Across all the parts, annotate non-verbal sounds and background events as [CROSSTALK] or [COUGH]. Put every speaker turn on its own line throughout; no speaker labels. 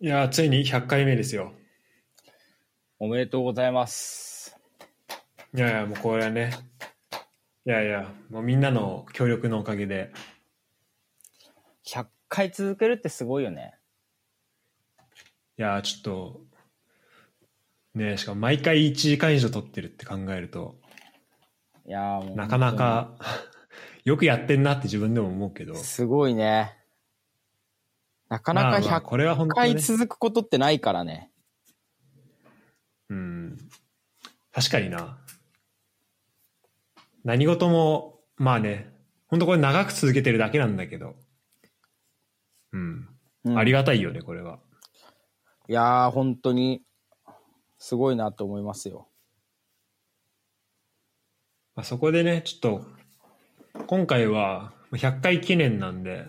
いやー、ついに100回目ですよ。
おめでとうございます。
いやいや、もうこれはね、いやいや、もうみんなの協力のおかげで、
100回続けるってすごいよね。
いやー、ちょっと、ね、しかも毎回1時間以上撮ってるって考えると、
いやーもう。
なかなか [LAUGHS] よくやってんなって自分でも思うけど
本当、に。すごいね。なかな
ま
か
あまあこ
100
れは本当に
回
ね、
続くことってないからね。
うん、確かにな。何事も、まあね、本当これ長く続けてるだけなんだけど、うん、
うん
ありがたいよね、これは。
いやー、本当に、すごいなと思いますよ。
まあ、そこでね、ちょっと、今回は100回記念なんで、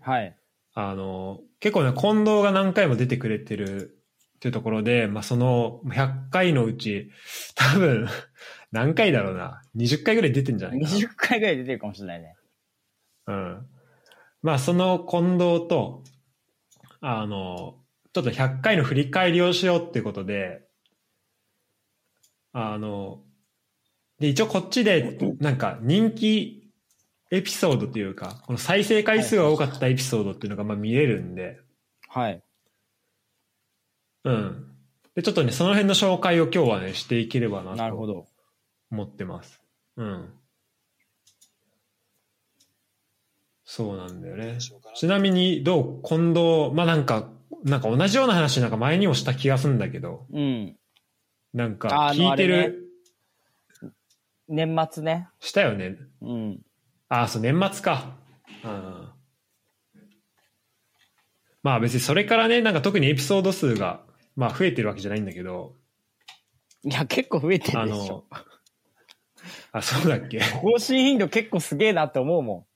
はい。
あの、結構ね、近藤が何回も出てくれてるっていうところで、まあ、その100回のうち、多分、何回だろうな、20回ぐらい出てんじゃないか
20回ぐらい出てるかもしれないね。
な。うん。まあ、その近藤と、あの、ちょっと100回の振り返りをしようっていうことで、あの、で、一応こっちで、なんか人気エピソードというか、この再生回数が多かったエピソードっていうのがまあ見れるんで、
はい。
うん。で、ちょっとね、その辺の紹介を今日はね、していければな
なるほ
と
ど。
思ってます。うん。そうなんだよね。ちなみに、どう近藤、まあなんか、なんか同じような話なんか前にもした気がするんだけど、
うん。
なんか
あの
聞いて
あれね
る、
年末ね。
したよね。
うん。
ああ、そう、年末か。うん。まあ別にそれからね、なんか特にエピソード数が、まあ増えてるわけじゃないんだけど、
いや、結構増えて
あ
るでしょ。
の、あ、そうだっけ
更新頻度結構すげえなって思うも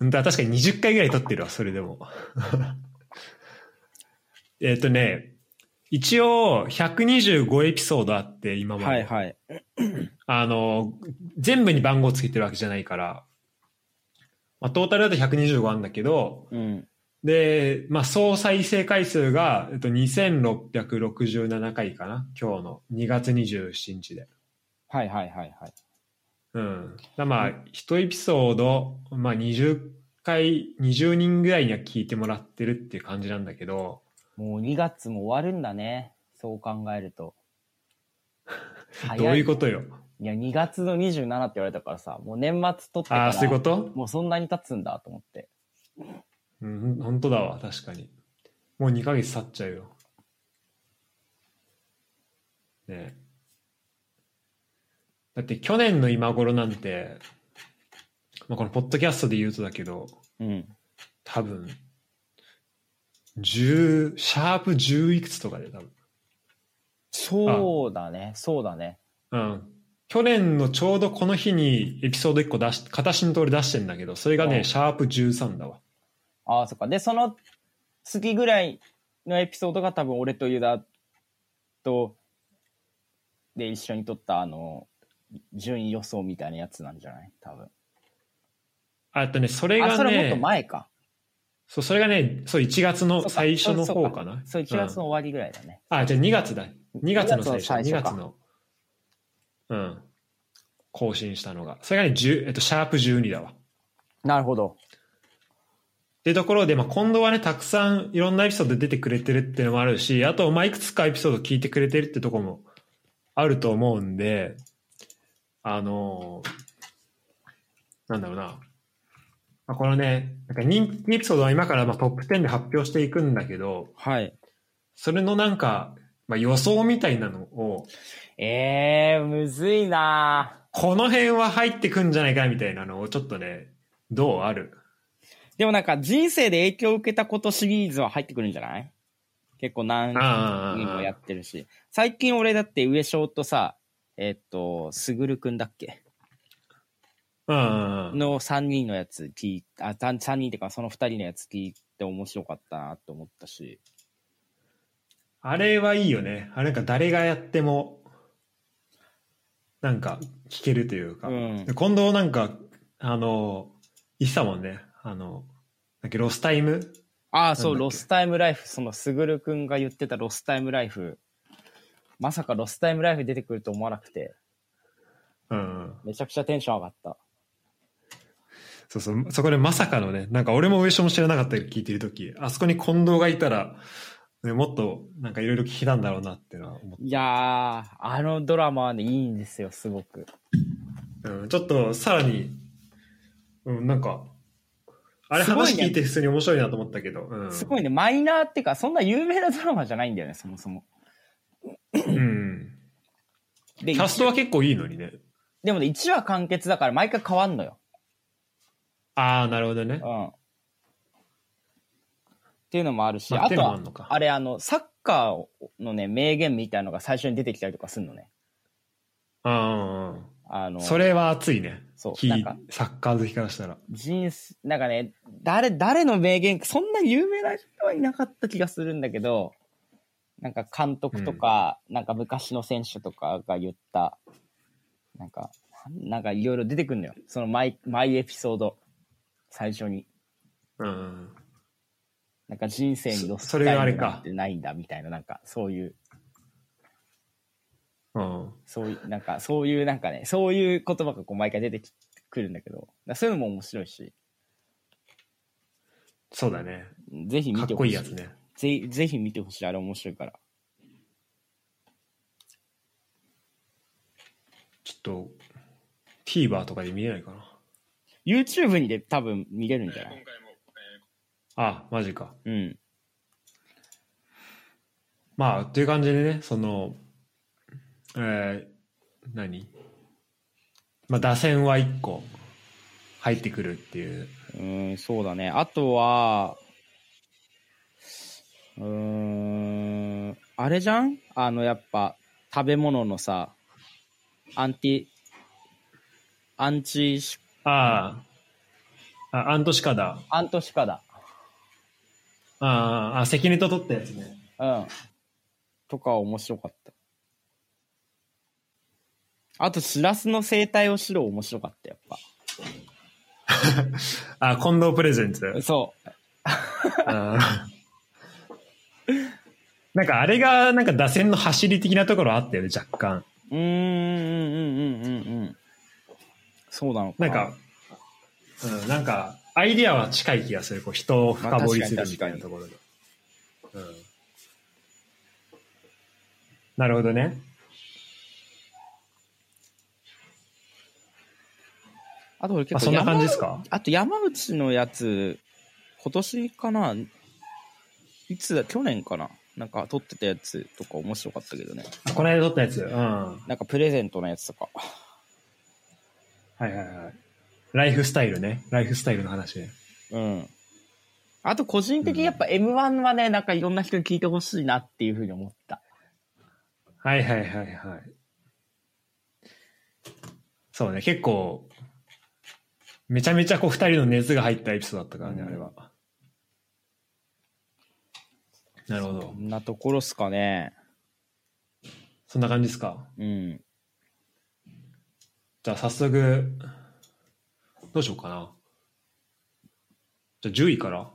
うんだ確かに20回ぐらい撮ってるわ、それでも。 [LAUGHS] えっとね、一応125エピソードあって、今
ん。
まで。
はいはい。
あの、全部に番号つけてるわけじゃないから、まあ、トータルだと125あるんだけど、
うん。
で、まあ、総再生回数が、えっと、2667回かな今日の2月27日で。
はいはいはいはい。
うん。だまあ、一エピソード、まあ、20回、20人ぐらいには聞いてもらってるっていう感じなんだけど、
もう2月も終わるんだね。そう考え
[LAUGHS]
ると。早
どういうことよ。
いや、2月の27って言われたからさ、もう年末取ってから、
ああ、そういうこと
もうそんなに経つんだと思って。
うん、本当だわ、確かに。もう2ヶ月経っちゃうよ。ねえだって去年の今頃なんて、まあ、このポッドキャストで言うとだけど、
うん。
多分、10、シャープ10いくつとかで多分。
そうだね、そうだね。
うん。去年のちょうどこの日にエピソード1個出し、形の通り出してんだけど、それがね、
うん
シャープ13だわ。
ああ、そっか。で、その次ぐらいのエピソードが多分俺とユダと、で、一緒に撮ったあの、順位予想みたいなやつなんじゃない多分。
あとね、それ
あ、
が
それもっと
ね、
前か。
そう、それがね、そう、1月
そ
の
っか
最初の
そう
方
そう
かな。
そう、1月の終わりぐらいだね。
うんあ、じゃあ2月だ。2月の最初。2
2
月
月
の。うん。更新したのが。それがね、10、えっと、シャープ12だわ。
なるほど。
ってところで、まあ、今度はね、たくさんいろんなエピソード出てくれてるっていうのもあるし、あと、まあ、いくつかエピソード聞いてくれてるってとこもあると思うんで、あのーなんだろうな。まあ、このね、なんか人気エピソードは今からまあトップ10で発表していくんだけど、
はい。
それのなんか、まあ、予想みたいなのを、
えー、むずいなぁ。
この辺は入ってくんじゃないかみたいなのをちょっとね、どうある
でもなんか人生で影響を受けたことシリーズは入ってくるんじゃない結構何
あ
人もや
あ
ってるし。最近俺だって上翔とさ、えっと、すぐるくんだっけ
あああ、うんうんうん。
の3人のやつ聞いあ、3人っていうかその2人のやつ聞いて面白かったなって思ったし。
あれはいいよね。あれなんか誰がやっても、なんか聞けるというか。
うん
で近藤なんか、あの、言ってたもんね。あの、なんかロスタイム
ああ、そう、
なんだ
ロ
っけ
スタイムライフ、その、すぐるくんが言ってたロスタイムライフ。まさかロスタイムライフ出てくると思わなくて、
うん。
めちゃくちゃテンション上がった。
そうそう、そこでまさかのね、なんか俺も上昇も知らなかったけど聞いてるとき、あそこに近藤がいたら、ね、もっとなんかいろいろ聞きたんだろうなっていうのは思っ
いやー、あのドラマはね、いいんですよ、すごく。
た。うん、ちょっとさらに、うん、なんか、あれ
すごい
話
ね
聞いて普通に面白いなと思ったけど、うん。
すごいね、マイナーっていうか、そんな有名なドラマじゃないんだよね、そもそも。
うん。キ
で、
ャストは結構いいのにね。
でもね、1話完結だから毎回変わんのよ。
ああ、なるほどね
う。ん。っていうのもあるし、
まあ
あ
テ
と
ーマあ
は
んのか、
あれ、あの、サッカーのね、名言みたいのが最初に出てきたりとかするのね。
ああ、
あの、
それは熱いね。
そう
キ
なんか
ーサッカー好きからしたら。
人生、なんかね、誰、誰の名言か、そんな有名な人はいなかった気がするんだけど、なんか監督とか、なんか昔の選手とかが言った、なんか、なんかいろいろ出てくるのよ。その毎、毎エピソード、最初に。
うん。
なんか人生にロス
そそれがあれか
タイムなんてないんだみたいな、なんかそういう、
うん。
そういう、なんかそういう、なんかね、そういう言葉がこう毎回出てきくるんだけど、だからそういうのも面白いし、
そうだね。
ぜひ見
かって
ほ
こ
し
いい
い。
やつね。
ぜぜひ見てほしい、あれ面白いから。
ちょっと、TVer とかで見れないかな。
YouTube にで多分見れるんじゃない
あ、マジか。
うん。
まあ、という感じでね、その、えー、何まあ、打線は1個入ってくるっていう。
うん、そうだね。あとは、うーん、あれじゃんあの、やっぱ、食べ物のさ、アンティ、アンチシ、
ああ、あアントシカだ。
アントシカだ。
ああ、あ関根と取ったやつね。
うん。とか面白かった。あと、シラスの生態を知ろう面白かった、やっ
あ、近藤プレゼンツ。
ぱ。そ
あーなんかあれが、なんか打線の走り的なところあったよね、若干。
う。うーん、うん、うん、うん、うんうん。そうなのか
なんか、うん、なんか、アイディアは近い気がする。こう、人を深掘りするみたいなところで。うん。なるほどね。
あと俺
あ、
結
そ
構
んな
山
感じですか
あと山内のやつ、今年かないつだ、去年かななんか撮ってたやつとか面白かったけどね。
あこの間撮ったやつ。うん。は
なんかプレゼントのやつとか。
いはいはい。ライフスタイルね。ライフスタイルの話ね。
うん。あと個人的にやっぱ M1 はね、なんかいろんな人に聞いてほしいなっていうふうに思った。
はいはいはいはい。そうね、結構、めちゃめちゃこう二人の熱が入ったエピソードだったからね、
うん
あれは。なるほど
こ。んなところっすかね。
そんな感じですか。
うん。
じゃあ早速、どうしようかな。じゃあ10位から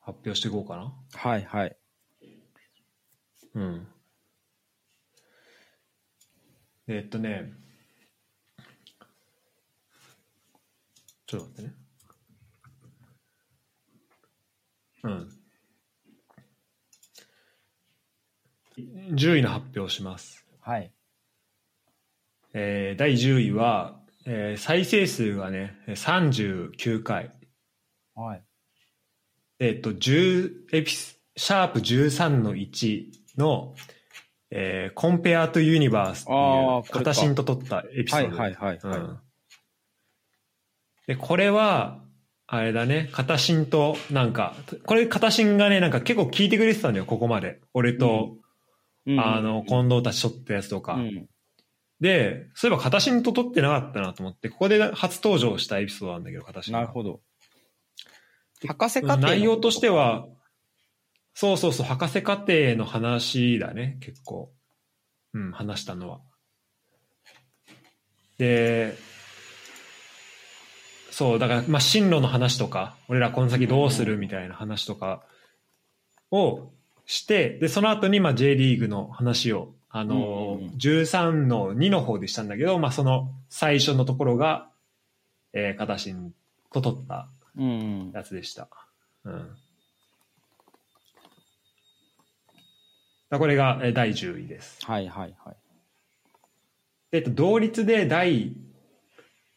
発表していこうかな。
はいはい。
うん。えっとね、ちょっと待ってね。うん。10位の発表をします。
はい。
えー第10位は、えー再生数がね、39回。
はい。
えっと、10エピス、シャープ13の1の、えー、コンペアとユニバースって
あ
いう、
ーこれか
片新と撮ったエピソ
は
ー
い
ド。
はいはい。
う
はい
ん。で、これは、あれだね、片新と、なんか、これ片新がね、なんか結構聞いてくれてたんだよ、ここまで。俺と、
うん
あの、近藤たち撮ったやつとか。
うん。
で、そういえば片新と撮ってなかったなと思って、ここで初登場したエピソードなんだけど、片新が。
なるほど。博士課程の
内容としては、そうそうそう、博士課程の話だね、結構。うん、話したのは。で、そう、だから、まあ、進路の話とか、俺らこの先どうするみたいな話とかをして、で、その後に、まあ、J リーグの話を、あの
うんうんうん、
13の2の方でしたんだけど、まあ、その最初のところが、えー、形と取った
うん。
やつでした。うん。だこれが、えー第10位です。
はいはいはい。
でえっと、同率で第、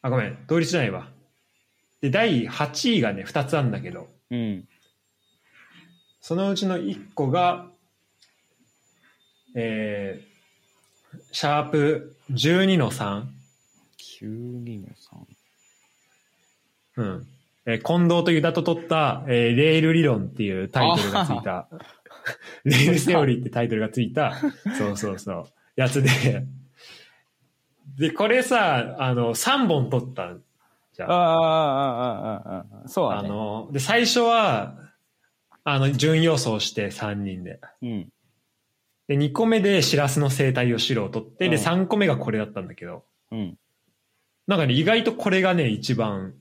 あ、ごめん、同率じゃないわ。で、第8位がね、2つあるんだけど、
うん。
そのうちの1個が、えー、シャープ12の3。
92の
うん。えー近藤とユダと取った、えーレール理論っていうタイトルがついた、 [LAUGHS] レールセオリーってタイトルがついた、そうそうそう、やつで、で、これさ、あの、3本取ったじゃ
3。
ん
ああ、ああ、ああ、ああ。そうだ
あ
ね。
の、で、最初は、あの、順予想して3人で。
うん。
で、2個目でシラスの生態を白を取って、で、
うん
3個目がこれだったんだけど、
うん。
なんかね、意外とこれがね、一番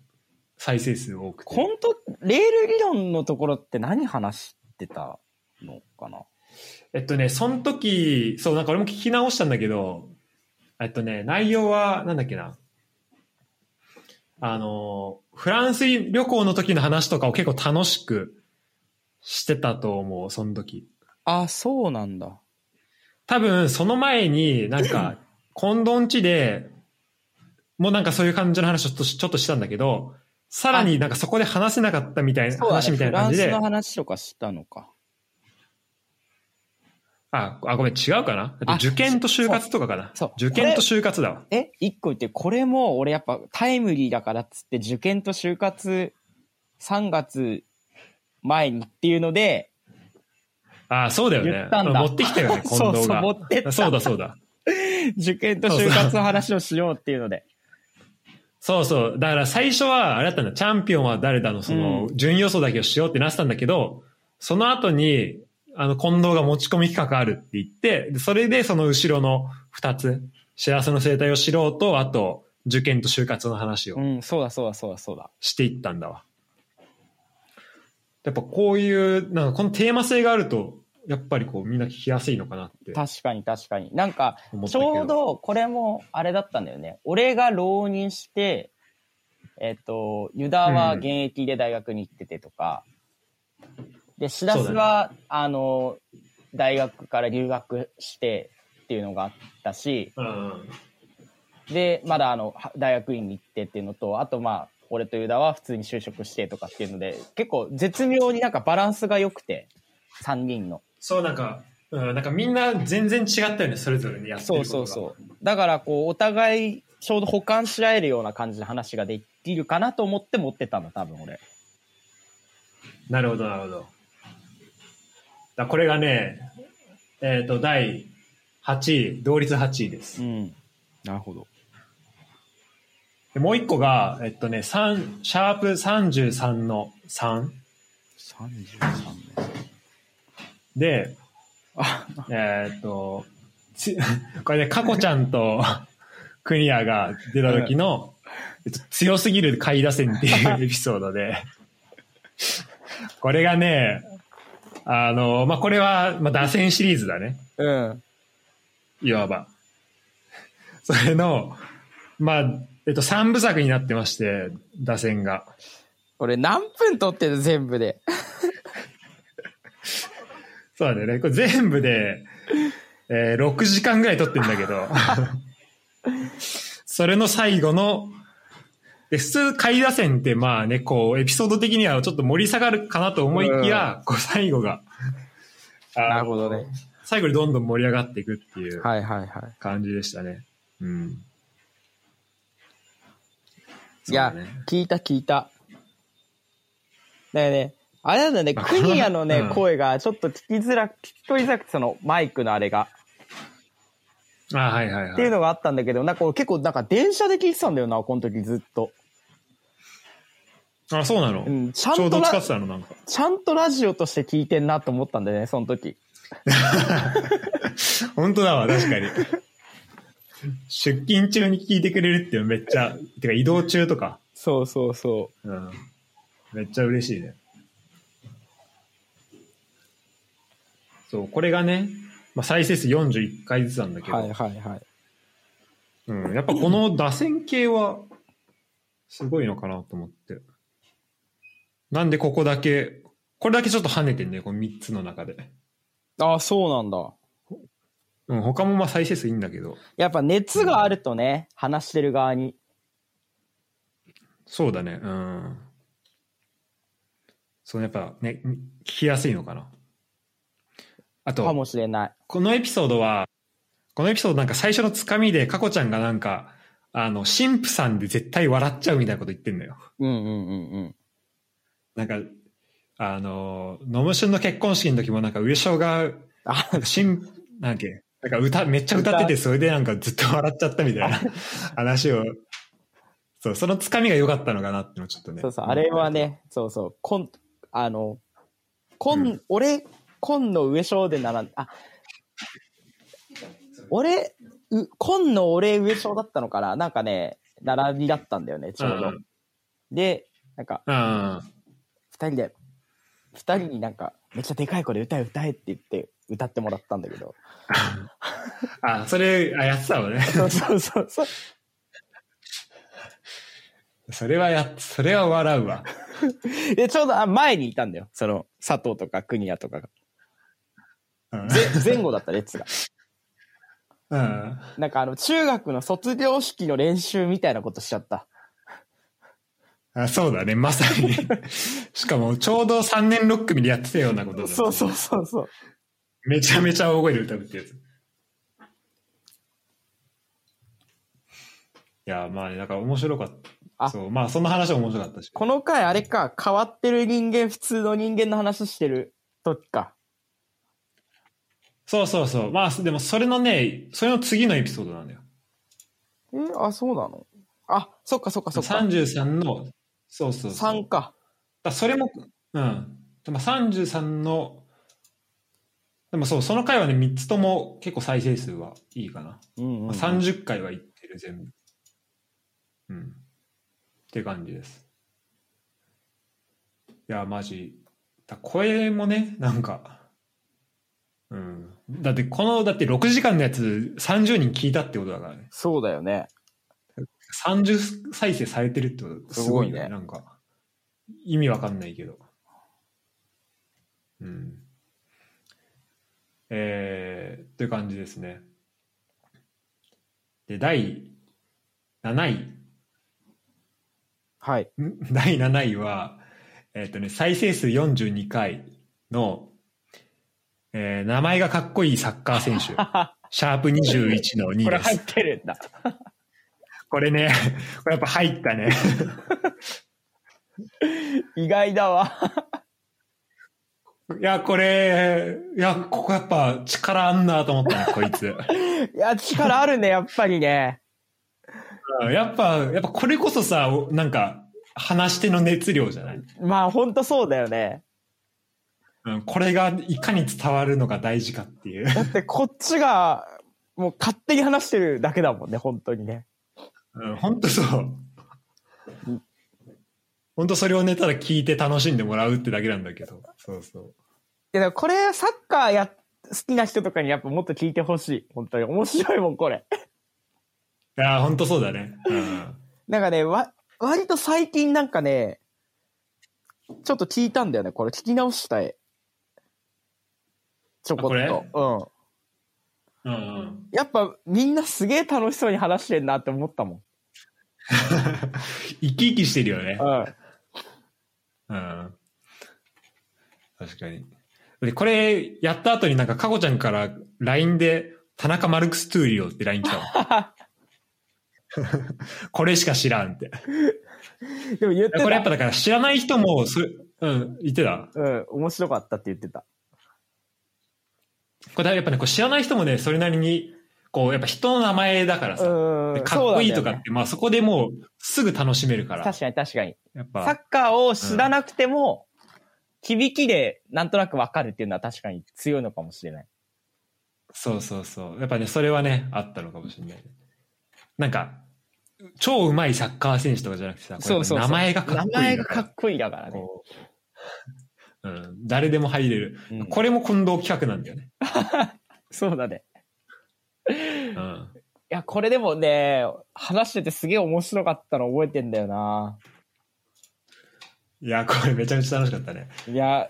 再生数多くて。
本当レール理論のところって何話してたのかな
えっとね、その時、そう、なんか俺も聞き直したんだけど、えっとね、内容は、なんだっけな。あの、フランス旅行の時の話とかを結構楽しくしてたと思う、その時。
あ、そうなんだ。
多分その前になん
[LAUGHS]
か近藤んちでもうなんかそういう感じの話をちょっとしちょっとしたんだけどさらになんかそこで話せなかったみたいな
そうだ
話
ね。
みたい
フ
な
ラ
感
ン
じ
ス
で
の話とかしたのか。
ああごめん違うかなえっと
あ
受験と就活とかかな
そう
受験と就活だわ
え、一個言って、これも俺やっぱタイムリーだからっつって受験と就活3月前にっていうので、
あそうだよ
言
ね
ったんだ
持ってきたよ
[LAUGHS]
ね
そ
近
う
藤
そう、
が
持ってった。
そうだそうだ
[LAUGHS] 受験と就活の話をしようっていうので。
そうそうだから最初はあれだったんだチャンピオンは誰だのその順位予想だけをしようってなってたんだけど、その後にあの近藤が持ち込み企画あるって言ってでそれでその後ろの2つ幸せの生態を知ろうとあと受験と就活の話
う
を
ん、そうだそうだそうだそうだ。
していったんだわ、やっぱこういうなんかこのテーマ性があるとやっぱりこうみんな聞きやすいのかなって
確かに確かに。なんか、
思った
ち
けど
ょうどこれもあれだったんだよね。俺が浪人して、えっ、と、ユダは現役で大学に行っててとか、で、シラス
そう
は、あの、大学から留学してっていうのがあったし、
うんうん
で、まだあの、は大学院に行ってっていうのと、あとまあ、俺とユダは普通に就職してとかっていうので、結構絶妙になんかバランスが良くて、3人の。
そうなんか、うん、なんかみんな全然違ったよねそれぞれにやってる
そ
こと
うそう
が
そう。だから、こう、お互い、ちょうど補完し合えるような感じの話ができるかなと思って持ってたんだ、多分俺。
なるほど、なるほど。だこれがね、えっ、と、第8位、同率8位です。
ん。なるほど。
でもう一個が、えっとね、三シャープ33の3
33年。
で、
あ、
えっと、つ [LAUGHS] これね、かこちゃんと [LAUGHS] クニアが出た時の、えっと、強すぎる下位打線っていう [LAUGHS] エピソードで、これがね、あの、まあ、これは、まあ、打線シリーズだね。
[LAUGHS] うん。
いわば。それの、まあ、えっと、三部作になってまして、打線が。
俺、何分撮ってる全部で。
そうだね。これ全部で、えー、6時間ぐらい撮ってんだけ
[LAUGHS]
ど、それの最後の、で、普通、下位打線って、まあね、こう、エピソード的にはちょっと盛り下がるかなと思いきや、こう、最後が、あの
なるほどね。
最後にどんどん盛り上がっていくっていう
はいはいはい。
感じでしたね。うん。
いや
そうだね、
聞いた聞いた。だよね。あれなんだね、
まあ
クニアのね
こ、の
声がちょっと聞きづらく、聞き取りづらくて、そのマイクのあれが。
あはいはいはい。
っていうのがあったんだけど、なんか俺結構なんか電車で聞いてたんだよな、この時ずっと。
あ、そうなの、
うん、ち
ち
ゃん
ょう
と
ど使
ラ
ってたのなんか。
ちゃんとラジオとして聞いてんなと思ったんだよね、その時。
本当だわ、確かに。出勤中に聞いてくれるっていうのめっちゃ、てか移動中とか、
そうそうそ
うん。めっちゃ嬉しいね。そう、これがね、まあ、再生数41回ずつなんだけ
う。
ど、
はいはいはい。
うん、やっぱこの打線系はすごいのかなと思って。なんでここだけ、これだけちょっと跳ねてんだよ、この3つの中で。
ああ、そうなんだ。
うん、他もまあ再生数いいんだけど、
やっぱ熱があるとね、話してる側に。
そうだね、うん。そう、やっぱね、聞きやすいのかな。あと、
かもしれない。
このエピソードは、このエピソードなんか最初のつかみで、かこちゃんがなんか、あの、神父さんで絶対笑っちゃうみたいなこと言ってんのよ。
うんうんうんうん。
なんか、あの、ノムシュンの結婚式の時もなんか、上昇が、
あ
なんか神、なんだっけ、なんか歌、めっちゃ歌ってて、それでなんかずっと笑っちゃったみたいな話を、そう、そのつかみが良かったのかなってのちょっとね。
そうそう、あれは。ね、そうそう、こん、あの、こん、
う
俺、今の上昇でなら、あ、俺、う、今の俺上昇だったのかななんかね、並びだったんだよね、ち
う
ょ
ん
うど。
うん。
で、なんか、
うん。
二人で、二人になんか、めっちゃでかい声で歌え歌えって言って、歌ってもらったんだけど。
あ、それ、あ、やってたわね。
[LAUGHS] そうそうそうそう。
それはや、それは笑うわ。
で、ちょうど、あ、前にいたんだよ。その、佐藤とか国谷とかが。
うん
ぜ前後だった、列が。
うん。
なんかあの、中学の卒業式の練習みたいなことしちゃった。
あそうだね、まさ
[LAUGHS]
に。しかも、ちょうど3年6組でやってたようなことだ、ね、
そうそうそうそう。
めちゃめちゃ大声で歌うってやつ。いや、まあね、だから面白かった。
あ
そう、まあ、そんな話は面白かったし。
この回あれか、変わってる人間、普通の人間の話してる時か。
そうそうそう。まあ、でも、それのね、それの次のエピソードなんだよ。
えあ、そうなのあ、そっかそっかそっか。
33の、そうそうそう。
3か。
だそれも、うん。でも33の、でもそう、その回はね、3つとも結構再生数はいいかな。
うん、
まあ、30回は行ってる全部うんって感じですいやマジだ声もねなんかうんだってこのだって6時間のやつ30人聞いたってことだからね
そうだよね。
30再生されてるってこと
すごいね
なんか意味わかんないけどうんえー、という感じですねで第7位
はい。
ん [LAUGHS] 第7位は、えっ、とね、再生数42回の、えー名前がかっこいいサッカー [LAUGHS] 選手、シャープ21の2
これ
で
入っ
す。
てるんだ。
これね、 [LAUGHS] これやっぱ入ったね。
意外だわ。
いや、これ、いや、ここやっぱ力あんなと思ったね、こいつ。
いや、力あるね、 [LAUGHS] やっぱりね。
うんやっぱ、やっぱこれこそさ、おなんか、話し手の熱量じゃない、
まあ、ほんとそうだよね。
うん、これがいかに伝わるのが大事かっていう。
だって、こっちが、もう勝手に話してるだけだもんね、本当にね。
うん、本当そう
う。
本当それをね、ただ聞いて楽しんでもらうってだけなんだけど。そうそう。
いや、だからこれ、サッカーや、好きな人とかにやっぱもっと聞いてほしい。本当に。面白いもん、これ。
いやー、本当そうだね。うん。
なんかね、わ、割と最近なんかね、ちょっと聞いたんだよね、これ。聞き直したい。ちょこっ
あ
と。
うんうん。 [LAUGHS]
うん。やっぱ、みんなすげえ楽しそうに話してんなって思ったもん。
生き生きしてるよね
う。
う
ん。
ん。確かに。で、これ、やった後になんか、かこちゃんから LINE で、田中マルクストゥーリオって LINE 来たわ。 [LAUGHS] これしか知らんって。
でも言って。
これやったぱだから知らない人も、それ、うん、言ってた。
うん、面白かったって言ってた。
これやっぱね、こう知らない人もね、それなりに、こう、やっぱ人の名前だから
う
さ、で
ん。
かっこいいとか
そうなんだ
っ
よね
て、まあそこでもうすぐ楽しめるから、
確かに確かに。
やっ
サッ
ぱ、
カーを知らなくても、響きでなんとなくわかるっていうのは確かに強いのかもしれない。
そうそうそう。やっぱね、それはね、あったのかもしれない。なんか、超うまいサッカー選手とかじゃなくてさ、これ
そうそうそう
名前がかっこいい。
名前がかっこいいだからね。
こううん、誰でも入れる。
うん
これも近藤企画なんだよね。
そうだね。
うん。
いや、これでもね、話しててすげえ面白かったの覚えてんだよな。
いや、これめちゃめちゃ楽しかったね。
いや、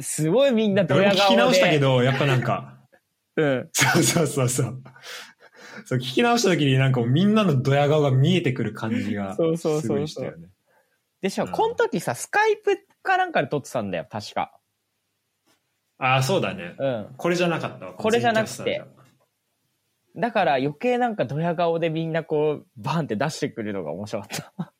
すごいみんなド
俺
ヤ
も
顔で。
聞き直したけ。ど、やっぱなんか、
うん。
そうそうそうそう。そう、聞き直した時になんかもうみんなのドヤ顔が見えてくる感じが、す
そうそうそうそう
ごいしたよね。
でしょ、
うん
この時さ、スカイプかなんかで撮ってたんだよ、確か。
ああ、そうだね。
うん。
これじゃなかったわ。
これじゃなくてだから余計なんかドヤ顔でみんなこう、バンって出してくるのが面白かった。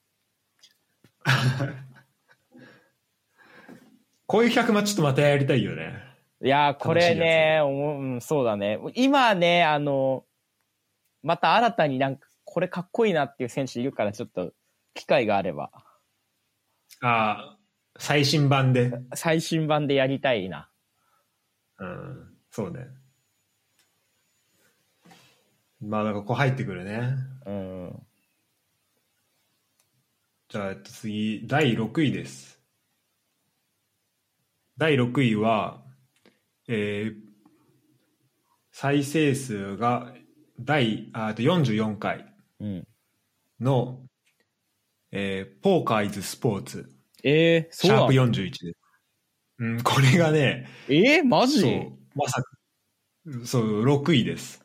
こういう企画もちょっとまたやりたいよね。
いやー、これね、
楽
おもうん、そうだね。今ね、あの、また新たになんか、これかっこいいなっていう選手いるから、ちょっと、機会があれば、
ああ、最新版で。
最新版でやりたいな。
うん、そうね。まあ、なんかこう入ってくるね。
うん。
じゃあ、えっと、次、第6位です。第6位は、えー再生数が第あえっと44回
うん。
の、えーポーカーイズスポーツ、
えー、
シ
そう
ャ
な
ープ
の
41です。うん、これがね、
えー、マ
そ
ジ
う、まさか、そう、6位です。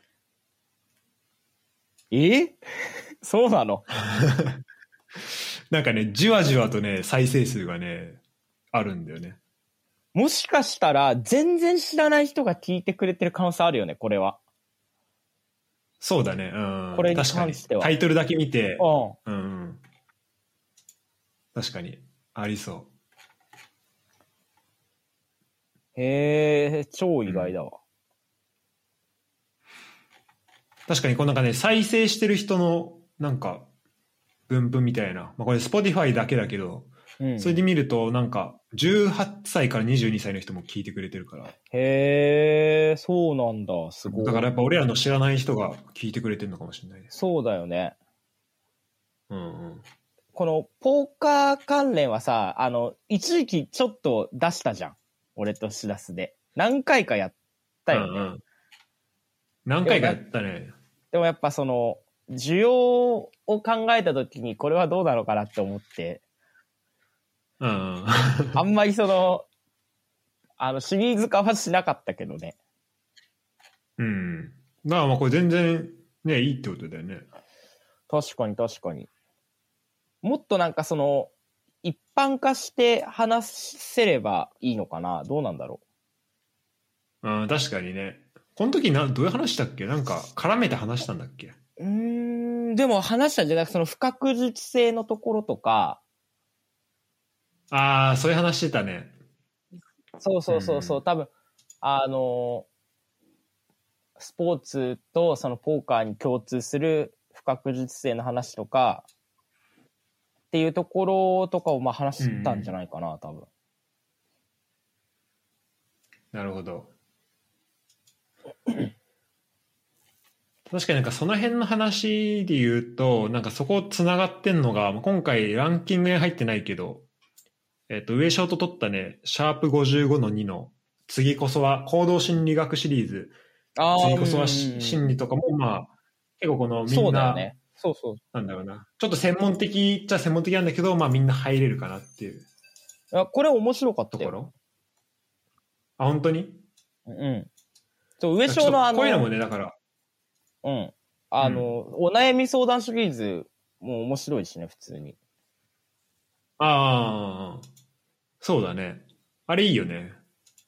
えー、そうなの
なんかね、じわじわとね、再生数がね、あるんだよね。
もしかしたら、全然知らない人が聞いてくれてる可能性あるよね、これは。
そうだね、うん。
これに
確かに
関しては
タイトルだけ見て、
うん。
うんうん。確かに、ありそ
へえ、超意外だわ。
う。確かに、こうなんかね、再生してる人の、なんか、分布みたいな。まあ、これ、Spotify だけだけど、
うん。
それで見ると、なんか、18歳から22歳の人も聞いてくれてるから。
へえ、そうなんだ。すごい。
だからやっぱ俺らの知らない人が聞いてくれてるのかもしれないです。
そうだよね。
うんうん。
このポーカー関連はさ、あの、一時期ちょっと出したじゃん。俺とシラスで。何回かやったよね。
うんうん何回かやったね。
でもやっぱその、需要を考えた時にこれはどうなのかなって思って、
うんうん。
あんまりその、あの、シリーズ化はしなかったけどね。
うん。だからまあこれ全然ね、いいってことだよね。
確かに確かに。もっとなんかその、一般化して話せればいいのかなどうなんだろ
うん、確かにね。この時な、どういう話したっけなんか、絡めて話したんだっけ
ううーん、でも話したんじゃなくて、その不確実性のところとか、
ああ、そういう話してたね。
そうそうそうそう、
うん
多分あのスポーツとそのポーカーに共通する不確実性の話とかっていうところとかをまあ話したんじゃないかな、多分
なるほど。確かになんかその辺の話で言うと、なんかそこつながってんのが、まあ今回ランキングに入ってないけど、えっと、上昇と取ったね、シャープ55の2の、次こそは行動心理学シリーズ、
あ
次こそはし
心
心理とかも、まあ、結構このみ
そうんだよ
な、
ねそうそう
なんだろうな、ちょっと専門的っちゃ専門的なんだけど、まあみんな入れるかなっていう
いやこれ面白かった
とこ
よ
ろ。あ、本当に
うんそう上昇のあ
ちょっと
の
こういうのもね、だから、
うんあの、お悩み相談シリーズも面白いしね普通に
ああ、そうだね。あれいいよね。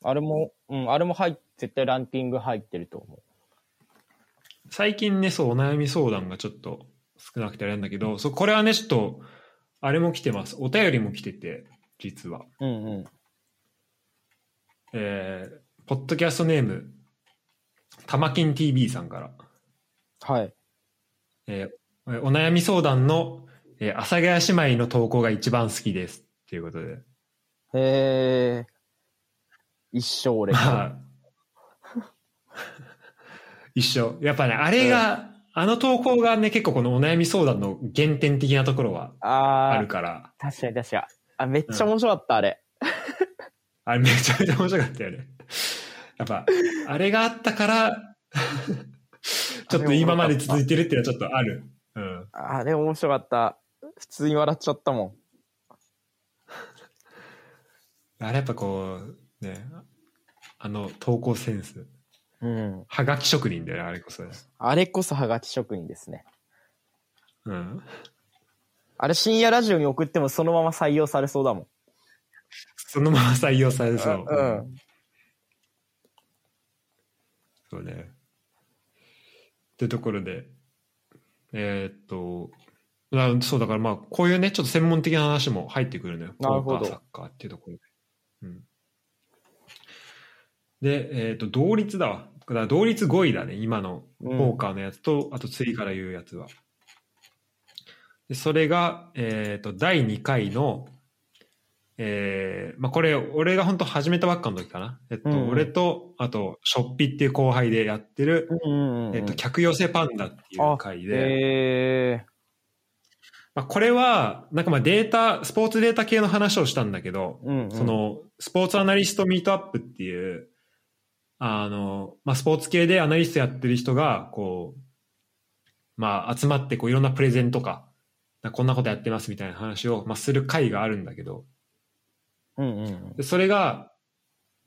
あれもうんあれも入っ絶対ランキング入ってると思
最近ね、そう、お悩み相談がちょっと少なくてあれなんだけど、そう、これはね、ちょっと、あれも来てます。お便りも来てて、実は。
ううんうん
えー、ポッドキャストネーム、たまきん TV さんから。
はい
えーお悩み相談の、えー、阿佐ヶ谷姉妹の投稿が一番好きです。っていうことで。
へえ。一生
[LAUGHS]
俺。
まあ、一緒。やっぱね、あれが、あの投稿がね、結構このお悩み相談の原点的なところはあ
あ
る
ー、
から、
確かに確かに。あ、めっちゃ面白かった、あれ。
あれめちゃめちゃ面白かったよね。 [LAUGHS] やっぱ、あれがあったから、 [LAUGHS] ちょっと今まで続いてるっていうのはちょっとある。うん。
あれ面白かった。普通に笑っちゃったもん。
あれやっぱこう、ね、あの投稿センス。
うん。
はがき職人だよね、あれこそね。
あれこそハガキ職人ですね。
うん。
あれ深夜ラジオに送ってもそのまま採用されそうだもん。
そのまま採用されそう。
あうん。
そうね。というところで、えーっと、あそうだからまあ、こういうね、ちょっと専門的な話も入ってくるのよ。
なるほど
ポーカーサッカーっていうところで。うん、で、えーっと、同率だわ。だから同率5位だね、今の
うん
ポーカーのやつと、あと次から言うやつは。でそれが、えーっと、第2回の、えーまあ、これ、俺が本当始めたばっかの時かな。えっと、
うん
俺と、あと、ショッピっていう後輩でやってる、
うんうんうん。
えっと、客寄せパンダっていう回で、
え
まあ、これは、なんかまあデータ、スポーツデータ系の話をしたんだけど、
ー、うんうん。
そ、の、スポーツアナリストミートアップっていう、あの、まあ、スポーツ系でアナリストやってる人が、こう、まあ、集まって、こう、いろんなプレゼンとか、こんなことやってますみたいな話を、まあ、する回があるんだけど、
うんうんうん。
でそれが、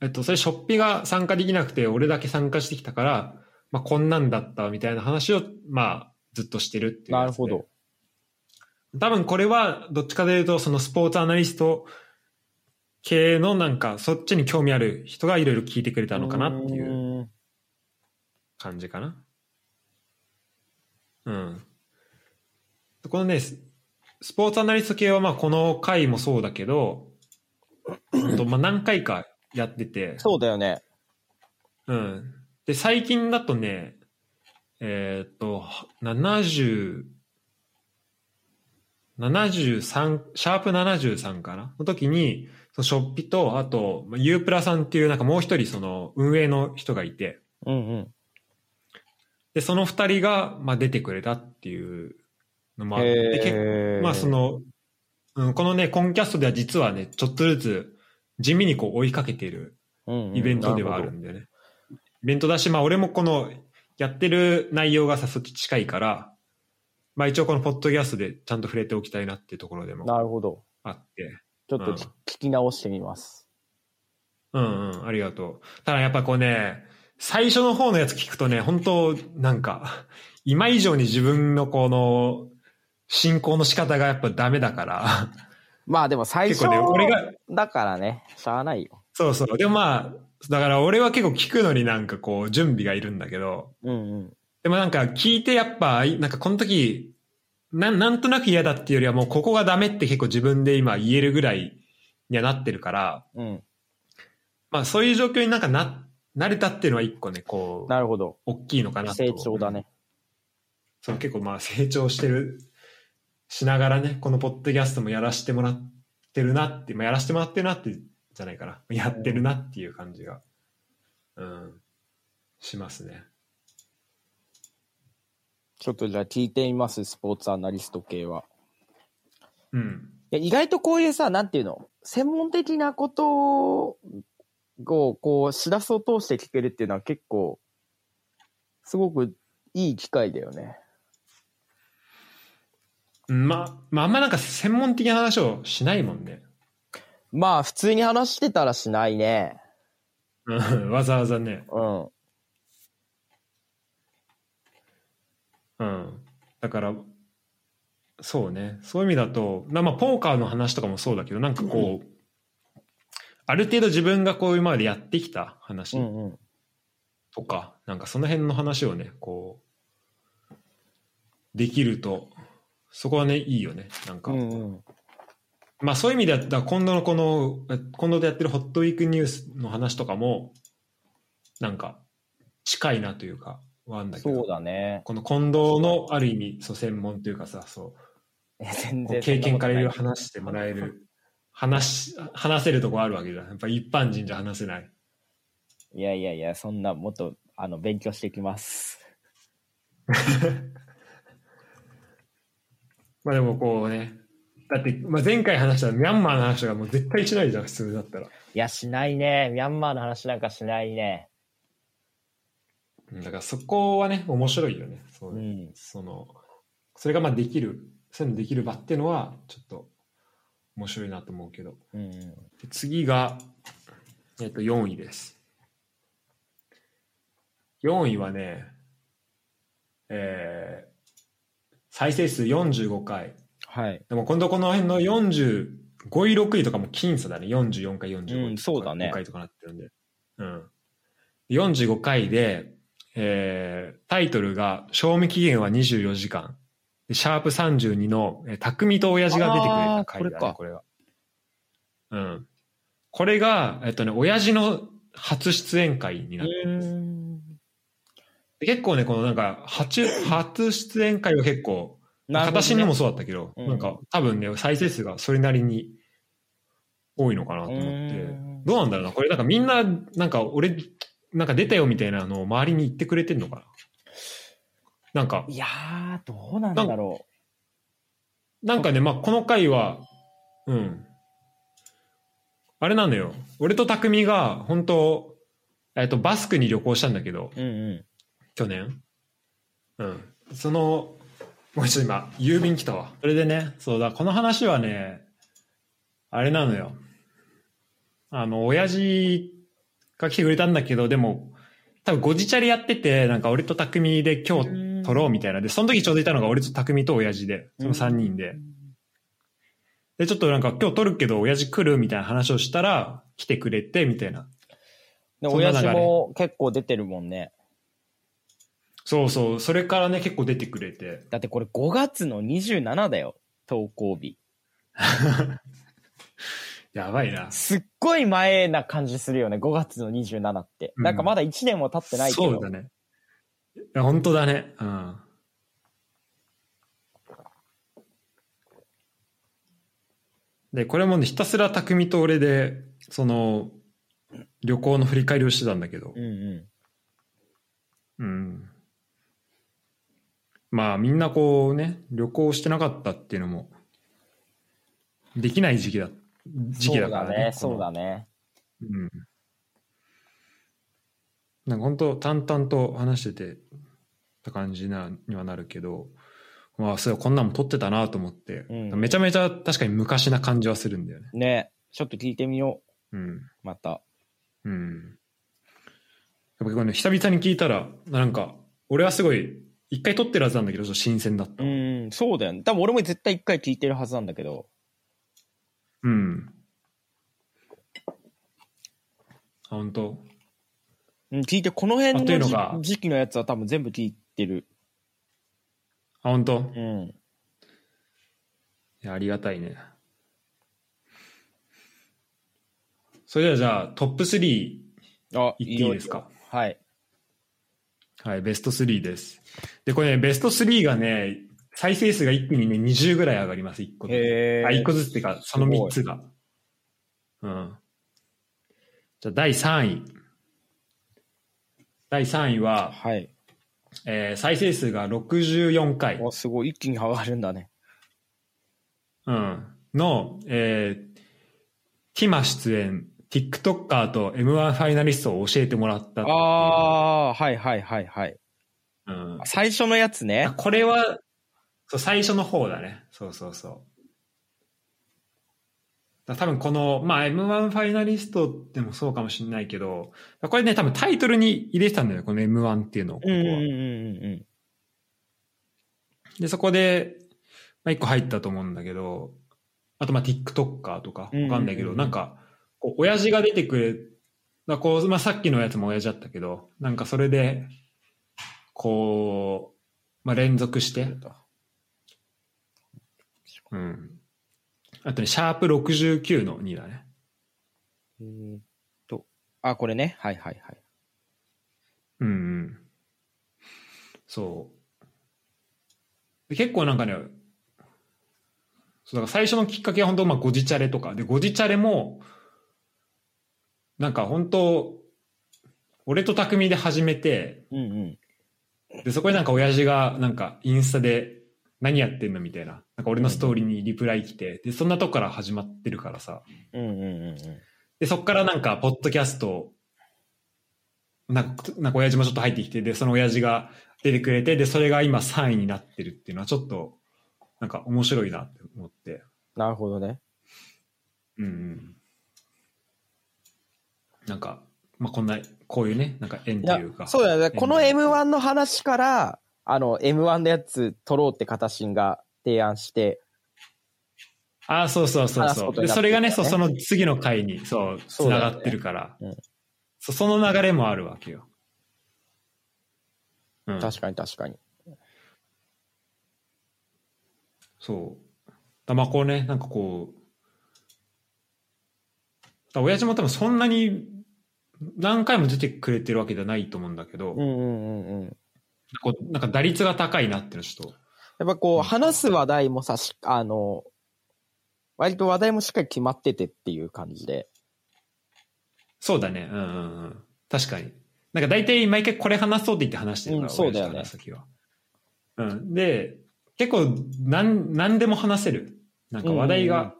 えっと、それ、ショッピが参加できなくて、俺だけ参加してきたから、まあ、こんなんだったみたいな話を、まあ、ずっとしてるっていう
な
や
る
つで
ほど。
多分これは、どっちかというと、そのスポーツアナリスト系のなんか、そっちに興味ある人がいろいろ聞いてくれたのかなっていう
う。
感じかな。うん。このね、ススポーツアナリスト系は、まあ、この回もそうだけど、うんとまあ何回かやってて、
そうだよね。
うん。で、最近だとね、えーっと、70、73、シャープ73かなの時に、そのショッピと、あと、まあユープラさんっていう、なんかもう一人、その、運営の人がいて、
うんうん。
で、その二人が、まあ、出てくれたっていうのもあって、
へ
結
ー
まあそ、の、うん、このね、コンキャストでは実はね、ちょっとずつ地味にこう追いかけている
うんうん
イベントではある。んでね。イベントだし、まあ俺もこのやってる内容がさ、そっち近いから、まあ一応このポッドキャストでちゃんと触れておきたいなっていうところでも
なるほど。
あって。
ちょっとき
うん
聞き直してみます。
うんうん、ありがとう。ただやっぱこうね、最初の方のやつ聞くとね、本当なんか、今以上に自分のこの、進行の仕方がやっぱダメだから、
まあでも最
結
初
構ね、俺が、
だからね、しゃあないよ。
そうそう。でもまあ、だから俺は結構聞くのになんかこう、準備がいるんだけど、
うんうん。
でもなんか聞いてやっぱ、いなんかこの時、なん、なんとなく嫌だっていうよりはもうここがダメって結構自分で今言えるぐらいにはなってるから、
うん。
まあそういう状況になんかな、慣れたっていうのは一個ね、こう、
なるほど。
大きいのかなと。
成長だね。
そう。結構まあ成長してる、しながらね、このポッドキャストもやらせてもらってるなって、まあやらせてもらってるなって、じゃないかな。やってるなっていう感じが、うん、しますね。
ちょっとじゃあ聞いてみます、スポーツアナリスト系は。
うん。
いや意外とこういうさ、なんていうの、専門的なことを、こう、知らすを通して聞けるっていうのは結構、すごくいい機会だよね。
ま、まあ、あんまなんか専門的な話をしないもんね。
まあ、普通に話してたらしないね。
うんわざわざね。
うん。
うん。だから、そうね。そういう意味だと、なまあ、ポーカーの話とかもそうだけど、なんかこう、ある程度自分がこう今までやってきた話
うんうん。
とか、なんかその辺の話をね、こう、できると、そこはね、いいよね。なんか、
うんうん。
まあそういう意味では、だから今度のこの、え今度でやってるホットウィークニュースの話とかも、なんか、近いなというか、はあんだけ
そ
ど
う、だね。
この近藤のある意味、そう、専門というかさ、そ
え全
う、こう
然。
経験からいろいろ話
し
してもらえる、話し、話せるとこあるわけじゃん。やっぱ一般人じゃ話せない。
いやいやいや、そんな、もっと、あの、勉強してきます。
まあでもこうね、だって、まあ、前回話したミャンマーの話とかもう絶対しないじゃん、普通だったら。
いや、しないね。ミャンマーの話なんかしないね。
うんだからそこはね、面白いよね。そううね
ん。
その、それがまあできる、そういうのできる場っていうのは、ちょっと面白いなと思うけど。
うん。
で次が、えっと、4位です。4位はね、えー再生数45回。
はい。
でも今度この辺の45位、6位とかも僅差だね。44回、45
う
位
ん
とか、
そうだね
5回とかなってるんで。うん。45回で、えータイトルが、賞味期限は24時間。でシャープ32の、えー、匠と親父が出てくれた回だね、
あーこ
こ
れ
れ
か
は。うん。これが、えっとね、親父の初出演会になってるんです。で結構ね、このなんか、初、初出演会は結構、
なるほどね
形にもそうだったけど、
うん
なんか多分ね、再生数がそれなりに多いのかなと思って、
うん
どうなんだろうな、これなんかみんな、なんか俺、なんか出たよみたいなのを周りに言ってくれてんのかな。なんか、
いやー、どうなんだろ
なんかね、まあこの回は、うん。あれなのよ。俺と匠が、本当えっと、バスクに旅行したんだけど、
う。うんう
去年うんそのもうちょっと今郵便来たわそれでねそうだこの話はねあれなのよあの親父が来てくれたんだけどでも多分ゴジチャリやっててなんか俺と匠で今日
ん。
撮ろうみたいなでその時ちょうどいたのが俺と匠と親父でその3人で、でちょっとなんか今日撮るけど親父来るみたいな話をしたら来てくれてみたいな
で、
そんな
親
流れ
父も結構出てるもんね。
そうそうそれからね結構出てくれて
だってこれ5月の27だよ。投稿日。
やばいな
すっごい前な感じするよね。5月の27って。
うん
なんかまだ1年も経ってないけど。
そうだね。いや、本当だね。うん。で、これもね、ひたすら匠と俺で、その、旅行の振り返りをしてたんだけど
う、んうん。
うん。まあ、みんなこうね、旅行してなかったっていうのも、できない時期だ、時期だからね。この
そうだね、そうだね。
うんなんか本当淡々と話しててた感じなにはなるけど、まあそうこんなんも撮ってたなと思って、
うん
めちゃめちゃ確かに昔な感じはするんだよね。
ね、ちょっと聞いてみよ
うん。
う。また。
うん。やっぱ結構ね、久々に聞いたら、なんか、俺はすごい、一回撮ってるはずなんだけど、ちょっと新鮮だった。
うん、そうだよね。多分俺も絶対一回聞いてるはずなんだけど。
うん。あ本当
うん、聞いて、この辺
あという
の
の
じ
が
時期のやつは多分全部聞いてる。
あ、本当
うん。
いや、ありがたいね。それではじゃあ、トップ3、
あ、
いっていいですか
よいよはい。
はい、ベスト3です。で、これね、ベスト3がね、再生数が一気にね、20ぐらい上がります、1個ず
へ
つ。
ー
あ、1個ずつっていうか、その
すご
3
い
つが。うん。じゃあ、第3位。第3位は、
はい。
えー再生数が64回。
お、すごい。一気に上がるんだね。
うん、の、えー、ティマ出演、TikToker と M1 ファイナリストを教えてもらったっていう
ああー、はいはいはいはい。
うん、
最初のやつね。
これは、そう、最初の方だね。そうそうそう。だ多分この、まあ、M1 ファイナリストでもそうかもしれないけど、これね、多分タイトルに入れてたんだよ、この M1 っていうのを。ここ
うん
は
うんうんうん。
で、そこで、まあ、一個入ったと思うんだけど、あと、まあ、TikToker とか、わかんないけど、
うんうんうん
なんか、こう、親父が出てくれ、だからこう、まあ、さっきのやつも親父だったけど、なんかそれで、こう、まあ、連続して、うん。あとね、シャープ69の2だね。
えーっと、あ、これね。はいはいはい。
うんうん。そう。で結構なんかね、そうだから最初のきっかけは本当まあゴジチャレとか。で、ゴジチャレも、なんか本当、俺と匠で始めて、
うんうん。
で、そこになんか親父が、なんかインスタで、何やってんのみたいな。なんか俺のストーリーにリプライ来て、で、そんなとこから始まってるからさ。
うんうんうん
で、そこからなんか、ポッドキャスト、なんか、なんか親父もちょっと入ってきて、で、その親父が出てくれて、で、それが今3位になってるっていうのはちょっと、なんか面白いなって思って。
なるほどね。
うんうん。なんか、まあ、こんな、こういうね、なんか縁
い
と
や
いうか。
そうだよね。この
縁というか
M1 の話から、あの、M1 のやつ取ろうって片新が提案して、
ああ、そうそうそう
話す
そ
こ
う。
と
で、
になって
そ
る
れが
からね
ね、そう、その次の回に、そう、つ
そうだ
な
よね
がってるから、
うん
そ、その流れもあるわけよ。うん、
確かに確かに。
そう。だまあこうね、なんかこう、だ親父も多分そんなに何回も出てくれてるわけじゃないと思うんだけど、
うんうんうんうん。
こうなんか打率が高いなっていうのはちょっと、
やっぱこう、話す話題もさ、しあの、割と話題もしっかり決まっててっていう感じで。
そうだね、うんうんうん。確かに。なんか大体毎回これ話そうって言って話してるから、
うんそうだよね
親父と話す時は。うん。で、結構なん、何でも話せる。なんか話題が、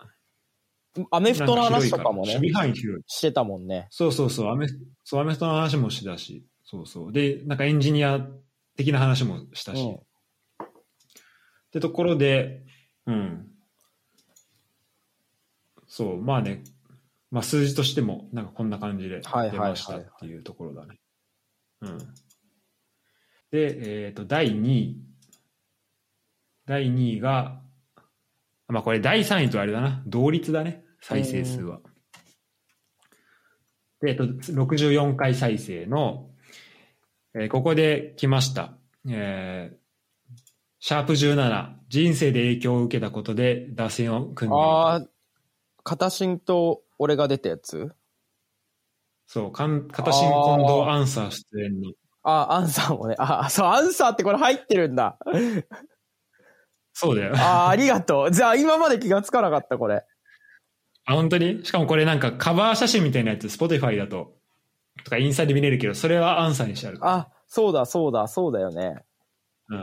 アメフトの
なんか広
話
いか
と
ら
かもね、
守備範囲広い。
してたもんね。
そうそうそう、アメそうアメフトの話もしたし、そうそう。で、なんかエンジニア的な話もしたし。
うん
ってところで、うん。そう、まあね、まあ数字としても、なんかこんな感じで
はいはい
出
はいはい
ましたっていうところだね。うん。で、えっ、と、第2位。第2位が、まあこれ第3位とあれだな、同率だね、再生数は。で、えっと、64回再生の、えーここで来ました。えーシャープ17、人生で影響を受けたことで打線を組んでい
あ
た。
あ、片新と俺が出たやつ
そう、かん片新
あー
近藤アンサー出演の。
あ、アンサーもね。あ、そう、アンサーってこれ入ってるんだ。
そうだよ。あ、
ああ、ありがとう。じゃあ、今まで気がつかなかった、これ。
本当にしかもこれなんかカバー写真みたいなやつ、Spotify だと、とかインスタで見れるけど、それはアンサーにしてあるから。
あ、そうだ、そうだ、そうだよね。
うん。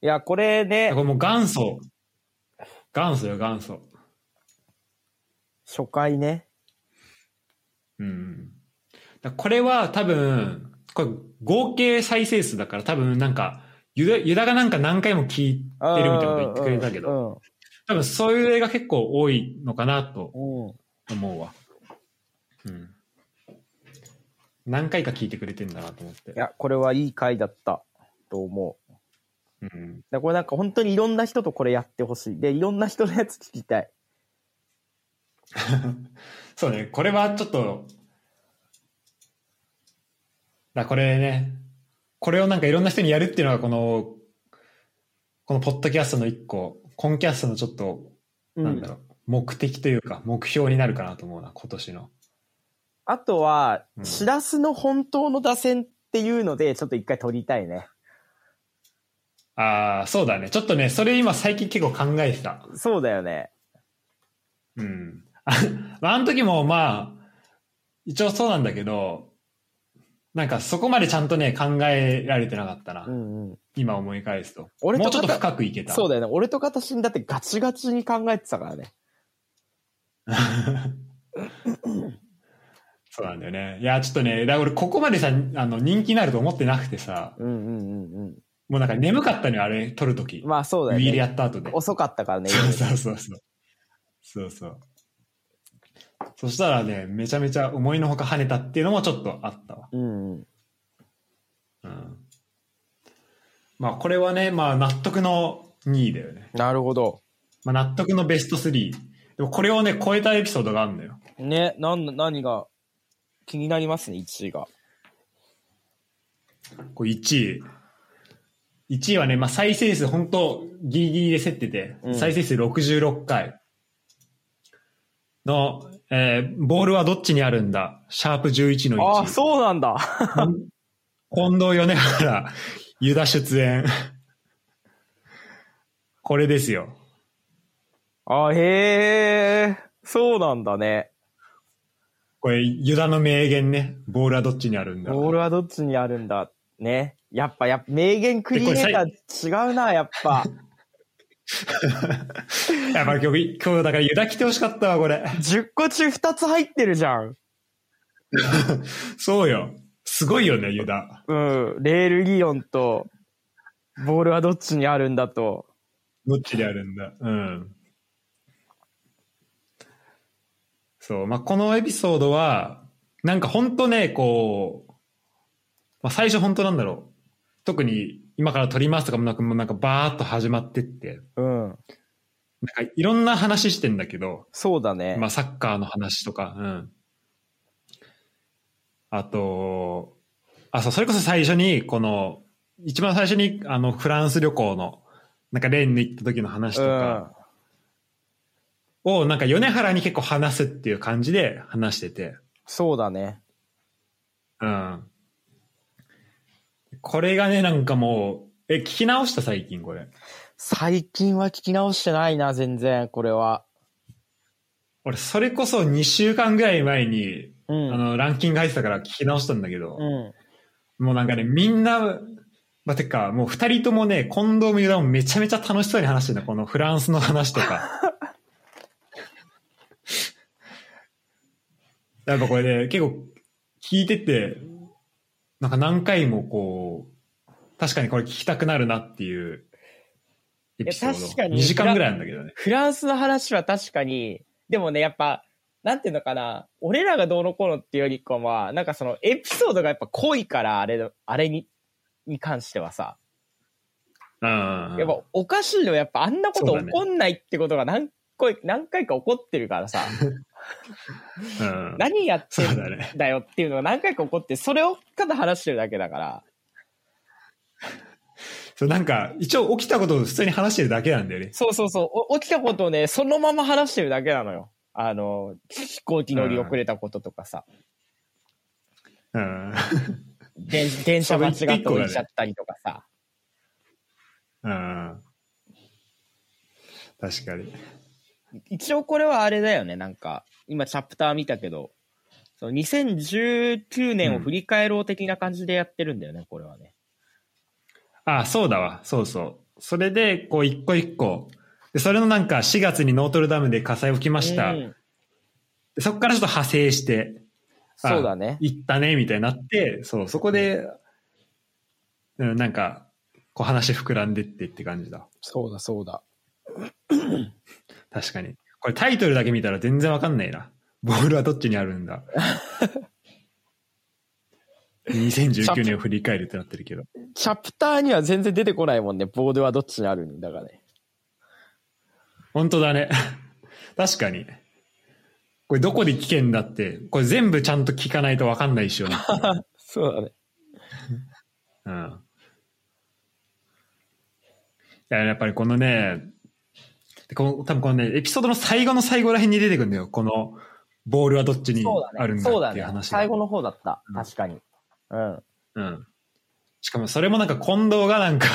いや、これ
こ
ね、
れもう元祖。元祖よ、元祖。
初回ね。
うん。だからこれは多分、これ合計再生数だから多分なんか、ユダユダがなんか何回も聞いてるみ
うん
たいなこと言ってくれたけど、多分そういう映画結構多いのかなと
うん。うん。
思うわ。うん。何回か聞いてくれてんだなと思って
い。や、これはいい回だったと思う。
うん。
だからこれなんか本当にいろんな人とこれやってほしい。で、いろんな人のやつ聞きたい。
そうね、これはちょっと、だこれね、これをなんかいろんな人にやるっていうのがこの、このポッドキャストの一個、コンキャストのちょっと、
う
なんだろう、目的というか、目標になるかなと思うな、今年の。
あとは
う、ん
しらすの本当の打線っていうので、ちょっと一回撮りたいね。
ああ、そうだね。ちょっとね、それ今最近結構考えてた。
そうだよね。
うん。あまあ、あの時もまあ、一応そうなんだけど、なんかそこまでちゃんとね、考えられてなかったな。
うんうん。
今思い返すと。
俺と
もうちょっと深くいけた。
そうだよね。俺と片新だってガチガチに考えてたからね。
[LAUGHS] そうなんだよね。いや、ちょっとね、だから俺ここまでさ、あの、人気になると思ってなくてさ、
うんうんうん
もうなんか眠かったのよ、あれ、撮るとき。
うん。まあそうだ
ウ
よ
ィール
ね。
やった後で。
遅かったからね。
そうそうそうそう。そうそう。そしたらね、めちゃめちゃ思いのほか跳ねたっていうのもちょっとあったわ。
うんうん。
うん。まあ、これはね、まあ、納得の2位だよね。
なるほど。
まあ、納得のベスト3。でも、これをね、超えたエピソードがあるのよ。
ね、なん、何が気になりますね、1位が。
これ1位。1位はね、まあ、再生数、本当ギリギリで競ってて、
うん
再生数66回の、えーボールはどっちにあるんだシャープ11の1。
ああ、そうなんだ。
近藤米原、ユダ出演。これですよ。
あへえ、そうなんだね。
これ、ユダの名言ね。ボールはどっちにあるんだ
ボールはどっちにあるんだ。ね。やっぱ、やっぱ名言クリエイター違うな、やっぱ。
やっぱ今日、今日だからユダ来てほしかったわ、これ。
10個中2つ入ってるじゃん。
そうよ。すごいよね、ユダ。
うん。レール理論と、ボールはどっちにあるんだと。
どっちであるんだ。うん。そう。まあ、このエピソードは、なんか本当ね、こう、まあ、最初本当なんだろう。特に今から撮りますとかもなく、もうなんかバーっと始まってって、
うん。
なんかいろんな話してんだけど、
そうだね。
まあ、サッカーの話とか、うん。あと、あ、そう、それこそ最初に、この、一番最初に、あの、フランス旅行の、なんか、レンに行った時の話とかを、なんか、米原に結構話すっていう感じで話してて、
うん。そうだね。
うん。これがね、なんかもう、え、聞き直した最近、これ。
最近は聞き直してないな、全然、これは。
俺、それこそ2週間ぐらい前に、あ
うん。
の、ランキング入ってたから聞き直したんだけど、
うん。
もうなんかね、みんな、まあ、てか、もう二人ともね、近藤もユダもめちゃめちゃ楽しそうに話してるの、このフランスの話と
[LAUGHS]
か。やっぱこれね、結構聞いてて、なんか何回もこう、確かにこれ聞きたくなるなっていうエピソード。
いや確かに
2時間ぐらいなんだけどね。
フランスの話は確かに、でもね、やっぱ、なんていうのかな、俺らがどうのこうのっていうよりかは、なんかそのエピソードがやっぱ濃いから、あれの、あれに、に関してはさ、
うんうんう
やっ
ん。
ぱおかしいのはやっぱあんなこと
そうだ
起
ね
こんないってことが何回、何回か起こってるか
[LAUGHS]
らさ、
うんうん、
何やって
そうんだね。
だよっていうのが何回か起こって、それをただ話してるだけだから、
そうなんか、一応起きたことを普通に話してるだけなんだよね。
そうそうそう、お起きたことをね、そのまま話してるだけなのよ。あの、飛行機乗り遅れたこととかさ、
うん。
で電車間違って降りちゃったりとかさ、
うん。確かに。
一応これはあれだよね、なんか、今チャプター見たけど、その2019年を振り返ろう的な感じでやってるんだよね、これはね。
あそうだわ。そうそう。それで、こう、一個一個。で、それのなんか、4月にノートルダムで火災起きました。
うん
でそこからちょっと派生して、あ
そうだね。
行ったね、みたいになって、そう、そこで、うん、なんか、こう話膨らんでってって感じだ。
そうだ、そうだ。
確かに。これタイトルだけ見たら全然わかんないな。ボールはどっちにあるん
[LAUGHS]
だ。2019年を振り返るってなってるけど。
チャプターには全然出てこないもんね、ボードはどっちにあるんだからね。
本当だね。 [LAUGHS] 確かに。これどこで聞けんだって、これ全部ちゃんと聞かないと分かんないっ
[LAUGHS]
しょ、ね。
そうだね。
うん。いや、やっぱりこのね、でこの多分このね、エピソードの最後の最後らへんに出てくるんだよ。この、ボールはどっちにあるんだ
そうだ
っていう
ね。
話が
最後の方だった
う。ん
確かに。うん。
うん。しかもそれもなんか近藤がなんか、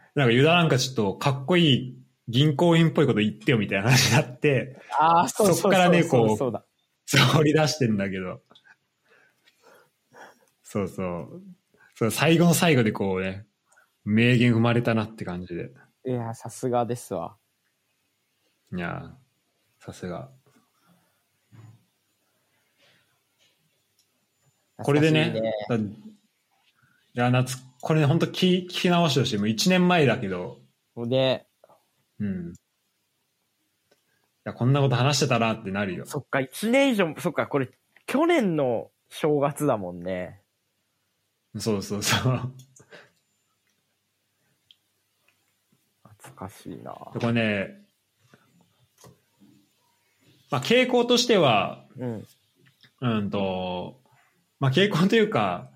[LAUGHS] なんかユダなんかちょっとかっこいい銀行員っぽいこと言ってよみたいな話になって、
ああ、そうそう
そっからね
そう
こう
そうだ。
そうり出してんだけど。そうそう。そう最後の最後でこうね、名言生まれたなって感じで。
いや、さすがですわ。
いやーさすが。これでね、
懐かしい
だいや、夏、これね、本当聞き聞き直してほしい。もう1年前だけど、
もうね、
うん。いや、こんなこと話してたなってなるよ。
そっか、一年以上、そっか、これ、去年の正月だもんね。
そうそうそう。 [LAUGHS]
懐かしいな。
でこれね、まあ傾向としては、
うん。
うんと、まあ、傾向というか、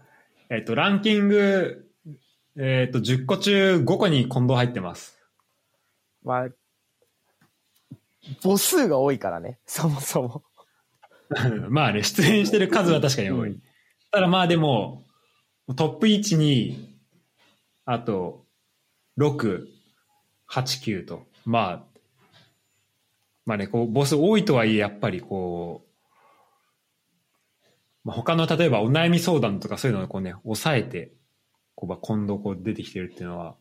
えっと、ランキング、えっと、10個中5個に近藤入ってます。
まあ、母数が多いからね、 [LAUGHS] そもそも。
まあね、出演してる数は確かに多い。
うん
ただまあでも、トップ1に、あと、6、8、9と、まあ、まあね、こう、ボス多いとはいえ、やっぱりこう、まあ、他の例えばお悩み相談とかそういうのをこうね、抑えて、こうば近藤こう出てきてるっていうのは、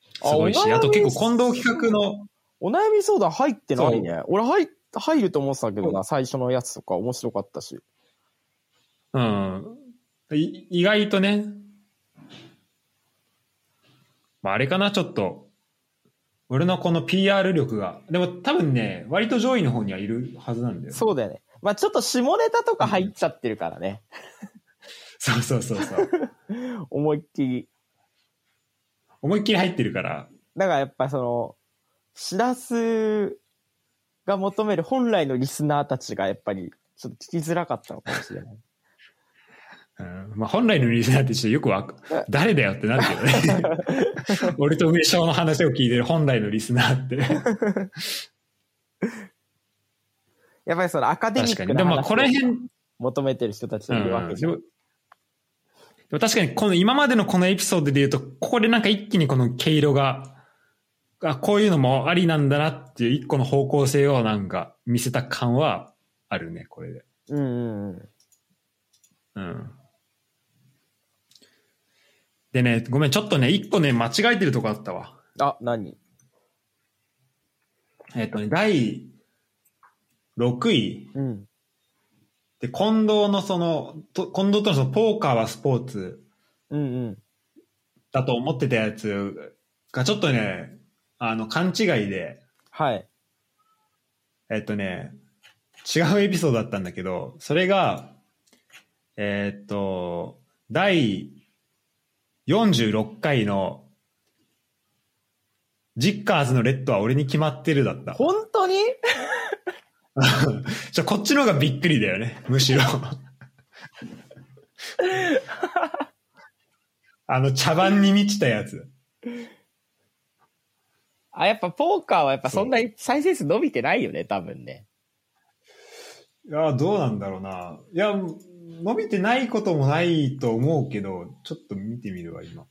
す
あ
ごい
お悩
し、
み
あと結構近藤企画の、
お悩み相談入ってないね。俺入、入ると思ってたけど
そ
な、最初のやつとか面白かったし。
うん、い意外とね、まあ、あれかな、ちょっと、俺のこの PR 力が、でも多分ね、割と上位の方にはいるはずなんだよ。
そうだよね。まあちょっと下ネタとか入っちゃってるからね。
そうそうそうそう。
思いっきり。
思いっきり入ってるから、
だからやっぱその、しらすが求める本来のリスナーたちがやっぱり、ちょっと聞きづらかったのかもしれ [LAUGHS] ない。
うんまあ、本来のリスナーって人よくわか誰だよってなるけどね。
[LAUGHS]
俺と梅翔の話を聞いてる本来のリスナーって。
やっぱりそのアカデミ
確か
ック
に。で
な
もまあ
話
この辺、う
を
ん
求めてる人たち
う
がいるわ
ん
け
で
じゃ
も
ん。
でも確かにこの今までのこのエピソードで言うと、ここでなんか一気にこの毛色が、あこういうのもありなんだなっていう一個の方向性をなんか見せた感はあるね、これで。
うんうんうん。
うん。でね、ごめん、ちょっとね、一個ね、間違えてるとこあったわ。
あ、何
えっとね、第6位。
うん。
で、近藤のその、と近藤とのそのポーカーはスポーツ
うんうん。
だと思ってたやつがちょっとね、あの、勘違いで、
はい。
えっとね、違うエピソードだったんだけど、それが、えっと、第46回の、ジッカーズのレッドは俺に決まってるだった。
本当に
じゃこっちの方がびっくりだよね、むしろ。あの、茶番に満ちたやつ。
あ、やっぱポーカーはやっぱそんなに再生数伸びてないよね、多分ね。
いや、どうなんだろうな。いや、伸びてないこともないと思うけど、ちょっと見てみるわ、今。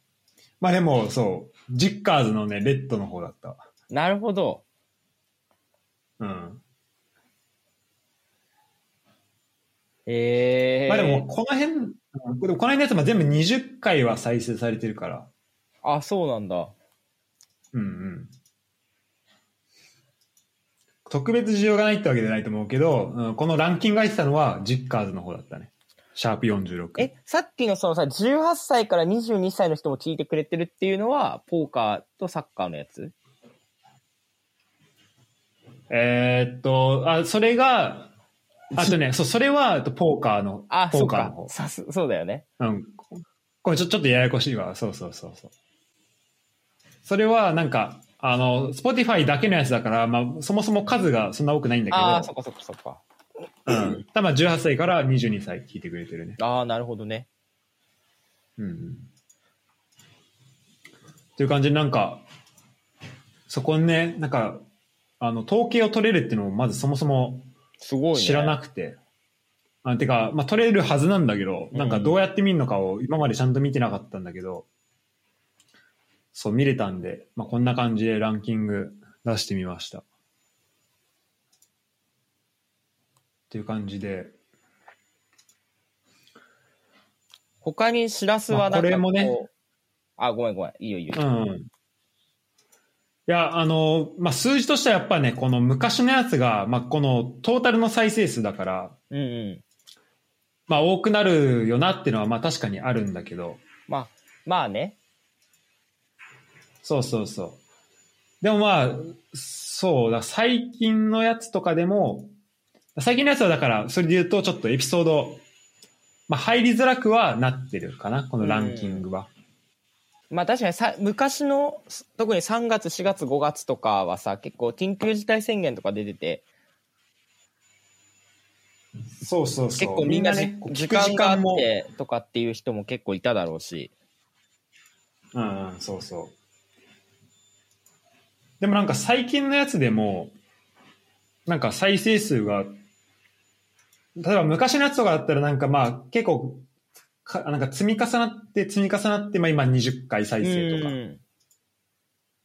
まあでも、そう、ジッカーズのね、レッドの方だった。
なるほど。
うん。
ええ
まあでも、この辺、うんでもこの辺のやつも全部20回は再生されてるから。
あ、そうなんだ。
うんうん。特別需要がないってわけじゃないと思うけど、うんこのランキングが入ってたのは、ジッカーズの方だったね。シャープ46。
え、さっきのそのさ、18歳から22歳の人も聞いてくれてるっていうのは、ポーカーとサッカーのやつ
えーっと、あ、それが、あと
[LAUGHS]
ね、そう、それは、えっとポーカーの、
あ、
ポ
そ
ー
う
カーの
か
方。
さす、そうだよね。
うん。これちょちょっとややこしいわ。そうそうそうそう。それは、なんか、あの、Spotify だけのやつだから、まあ、そもそも数がそんな多くないんだけど、
ああ、そっかそっかそっか。
うん。ただ18歳から22歳聞いてくれてるね。
ああ、なるほどね。
うん。っていう感じで、なんか、そこにね、なんか、あの、統計を取れるっていうのをまずそもそも
すごいね。
知らなくて。あてか、まあ、取れるはずなんだけど、なんかどうやって見るのかを今までちゃんと見てなかったんだけど、そう見れたんで、まあ、こんな感じでランキング出してみました。っていう感じで、
他にしらすはな
まあ
んか
これもね
こうあ、ごめんごめん。いいよいいよ。
うん。いや、あの、まあ、数字としてはやっぱね、この昔のやつが、まあ、このトータルの再生数だから、
うんうん。
まあ、多くなるよなっていうのは、まあ、確かにあるんだけど、
まあ、まあね。
そうそうそう。でもまあ、そうだ、最近のやつとかでも、最近のやつはだから、それで言うと、ちょっとエピソード、まあ、入りづらくはなってるかな、このランキングは。
まあ確かにさ、昔の、す特に3月、4月、5月とかはさ、結構緊急事態宣言とか出てて、
そうそうそう。
結構みんな
ね
ね
こう、
時
聞く
間があっ
も
てとかっていう人も結構いただろうし。
うん、うん、そうそう。でもなんか最近のやつでも、なんか再生数が、例えば昔のやつとかだったらなんかまあ結構、かなんか積み重なって積み重なって、まあ今20回再生と
う
か、
ん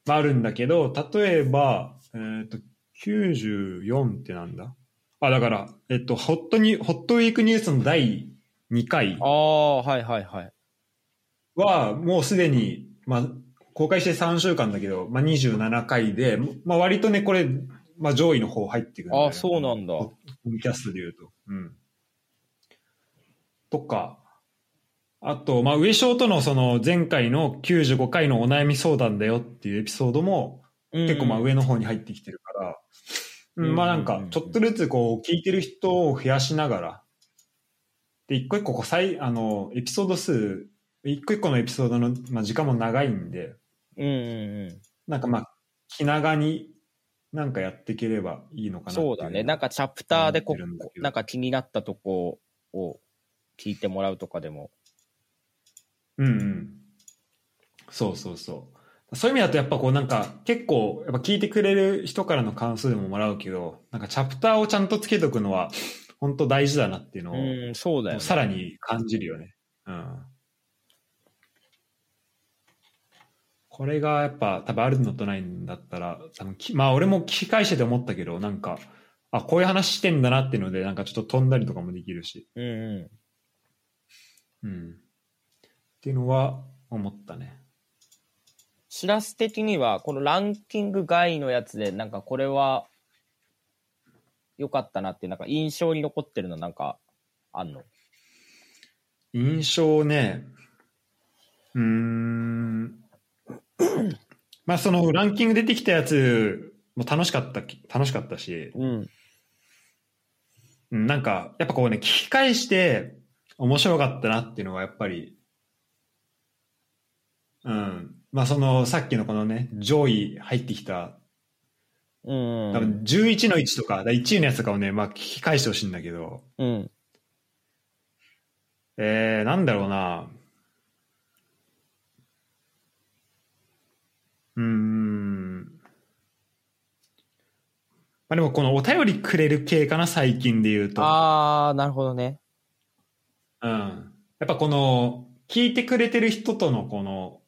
まああるんだけど、例えば、えっ、と、94ってなんだあ、だから、えっと、ホットニュホットウィークニュースの第2回
ああ、はいはいはい。
は、もうすでに、まあ、公開して3週間だけど、まあ、27回で、まあ、割とね、これ、まあ、上位の方入ってくるんだよね、
ああ、そうなんだ。
ポッドキャストで言うと。うん。とか、あと、まあ、上昇とのその前回の95回のお悩み相談だよっていうエピソードも結構まあ上の方に入ってきてるから、
うん
うんまあなんかちょっとずつこう聞いてる人を増やしながら、で、一個一個こう再、あの、エピソード数、一個一個のエピソードの、まあ、時間も長いんで、
うんうんうん。
なんかまあ気長になんかやっていければいいのかなってい
そうだね。なんかチャプターでこ
思ってるんだけ、ど
なんか気になったとこを聞いてもらうとかでも。
うんうん。そうそうそう。そういう意味だとやっぱこうなんか結構やっぱ聞いてくれる人からの感想でももらうけど、なんかチャプターをちゃんとつけとくのは本当大事だなっていうのを、
うん、そうだよね。
さらに感じるよね。うん。これがやっぱ多分あるのとないんだったら、多分きまあ俺も聞き返してて思ったけど、なんか、あ、こういう話してんだなっていうので、なんかちょっと飛んだりとかもできるし、
うんう
う
ん。
ん。っていうのは思ったね。
知らす的には、このランキング外のやつで、なんかこれは良かったなって、なんか印象に残ってるのなんかあんの
印象ね、うーん、まあそのランキング出てきたやつも楽しかったき、楽しかったし、
うん。
うんなんかやっぱこうね、聞き返して面白かったなっていうのはやっぱり、うん、まあそのさっきのこのね、上位入ってきた、
うん。
多分11の1とか、だから1位のやつとかをね、まあ聞き返してほしいんだけど、
うん。
えー、なんだろうな。うーん。まあでもこのお便りくれる系かな、最近で言うと。
あー、なるほどね。
うん。やっぱこの、聞いてくれてる人とのこの、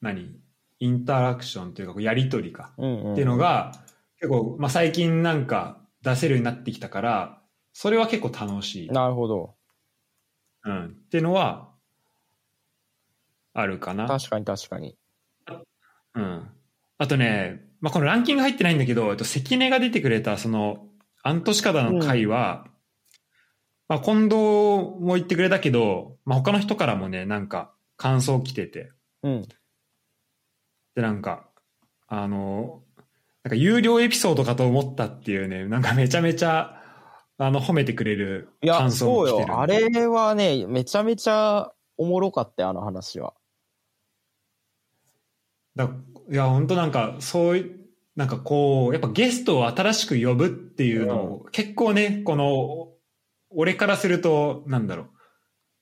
何インタラクションというか、こうやりとりか。
うん、うん。
っていうのが、結構、まあ最近なんか出せるようになってきたから、それは結構楽しい。
なるほど。
うん。っていうのは、あるかな。
確かに確かに。
うん。あとね、まあ、このランキング入ってないんだけど、えっと、関根が出てくれた、その、アントシカダの回は、まあ、近藤も言ってくれたけど、まあ、他の人からもね、なんか、感想来てて、
うん。
で、なんか、あの、なんか、有料エピソードかと思ったっていうね、なんかめちゃめちゃ、あの、褒めてくれる
いや、
感想
そ
も
う
来てる。
よ。あれはね、めちゃめちゃおもろかったよ、あの話は。
だいや本当なんかそういうなんかこうやっぱゲストを新しく呼ぶっていうのを、結構ねこの俺からするとなんだろう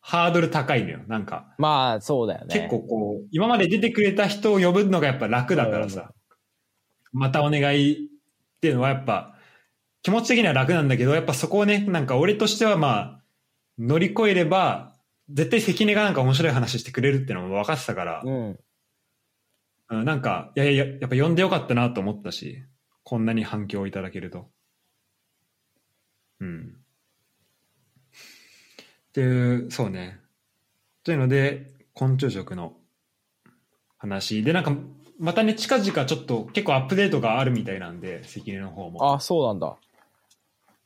ハードル高いのよなんか、
まあ、そうだよね。
結構こう今まで出てくれた人を呼ぶのがやっぱ楽だからさ、またお願いっていうのはやっぱ気持ち的には楽なんだけどやっぱそこをねなんか俺としてはまあ乗り越えれば絶対関根がなんか面白い話してくれるっていうのも分かってたから、
うん。
うん、なんか、いやいや、やっぱ呼んでよかったなと思ったし、こんなに反響をいただけると。うん。っていう、そうね。というので、昆虫食の話。で、なんか、またね、近々ちょっと結構アップデートがあるみたいなんで、関根の方も。
あ、そうなんだ。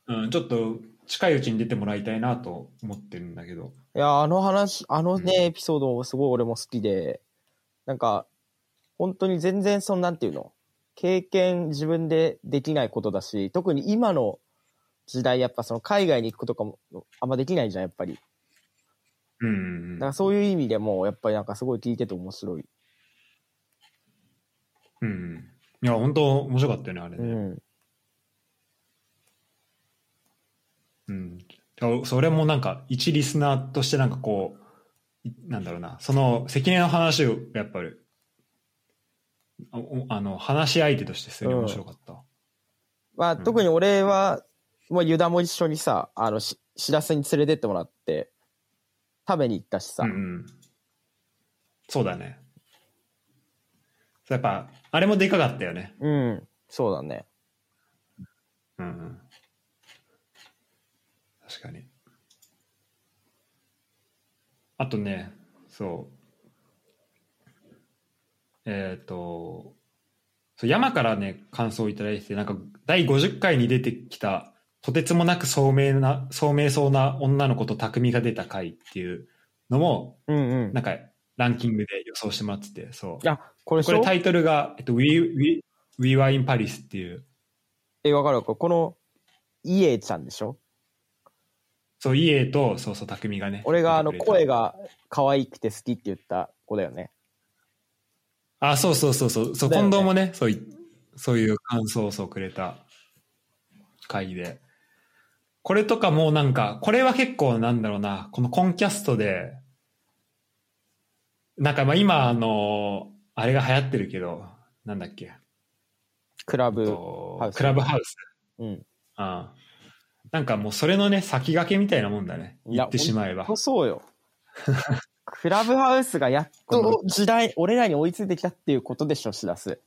うん、ちょっと近いうちに出てもらいたいなと思ってるんだけど。
いや、あの話、あのね、
うん
エピソードもすごい俺も好きで、なんか、本当に全然その、なんていうの、経験自分でできないことだし、特に今の時代、やっぱその海外に行くことかも、あんまできないじゃん、やっぱり。
うんうんうん。
だからそういう意味でも、やっぱりなんかすごい聞いてて面白い。
うんうん。いや、本当面白かったよね、あれね。
うん。
うん、それもなんか一リスナーとしてなんかこういなんだろうなその関根の話をやっぱりあおあの話し相手としてすごい面白かった、
まあ、
ん
特に俺は、もうユダも一緒にさ、あの、し、しらすに連れてってもらって、食べに行ったしさ。
うんうんそうだねそうやっぱあれもでかかったよね
うん、そうだね。
うんうん確かにあとねそうえっ、と、そう山からね、感想をいただいて、なんか、第50回に出てきた、とてつもなく聡明な、聡明そうな女の子と匠が出た回っていうのも、
うんうん。
なんか、ランキングで予想してもらってて、そう。
いや、これ
こ
しょ
れタイトルが、えっと、We, We, We Were in Paris っていう、
え、わかるわかる。この、イエちゃんでしょ
そう、イエと、そうそう、匠がね。
俺があの
出てくれた
声。が可愛くて好きって言った子だよね。
あ、そうそうそうそう、そう
だよ
近
ね
藤もね、そうい、そういう感想をそうくれた回で。これとかもうなんか、これは結構なんだろうな、このコンキャストで、なんかまあ今、あの、あれが流行ってるけど、なんだっけ、
クラブ。
と
ハウス
クラブハウス。
うん。
うんなんかもうそれのね、先駆けみたいなもんだね。
い
言
や
ってしまえば
ほ。そうよ。クラブハウスがやっと
[LAUGHS]
時代、俺らに追いついてきたっていうことでしょ、しらす。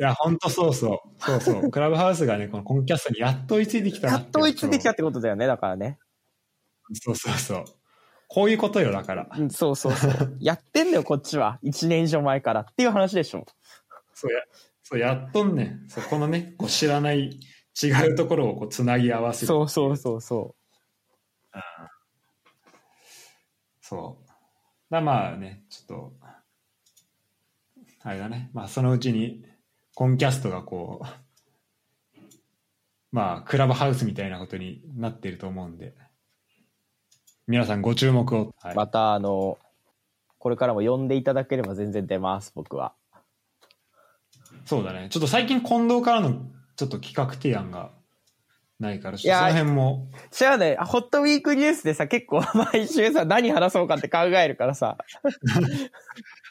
いや、ほんとそうそう。そう
[LAUGHS]
そう。クラブハウスがね、このコンキャストにやっと追いついてきたな
やっと追いついてきた
っ
ってことだよね、だからね。
てそうそうそう。こういうことよ、だから。
うん、そうそう
[LAUGHS]
そう。やってんだよ、こっちは。1年以上前からっていう話でしょ。
そうや、そうやっとんねん。そこのね、こう知らない違うところをこうつなぎ合わせる。
そうそうそうそ
そう。だまあね、ちょっと、あれだね、まあそのうちに、コンキャストがこう、まあ、クラブハウスみたいなことになってると思うんで、皆さんご注目を。は
う。
い、
また、あの、これからも呼んでいただければ全然出ます、僕は。
そうだね。ちょっと最近近藤からのちょっと企画提案がないから、ち
い
ょっ
や
とその辺も、
違うね、ホットウィークニュースでさ、結構 [LAUGHS] 毎週さ、何話そうかって考えるからさ。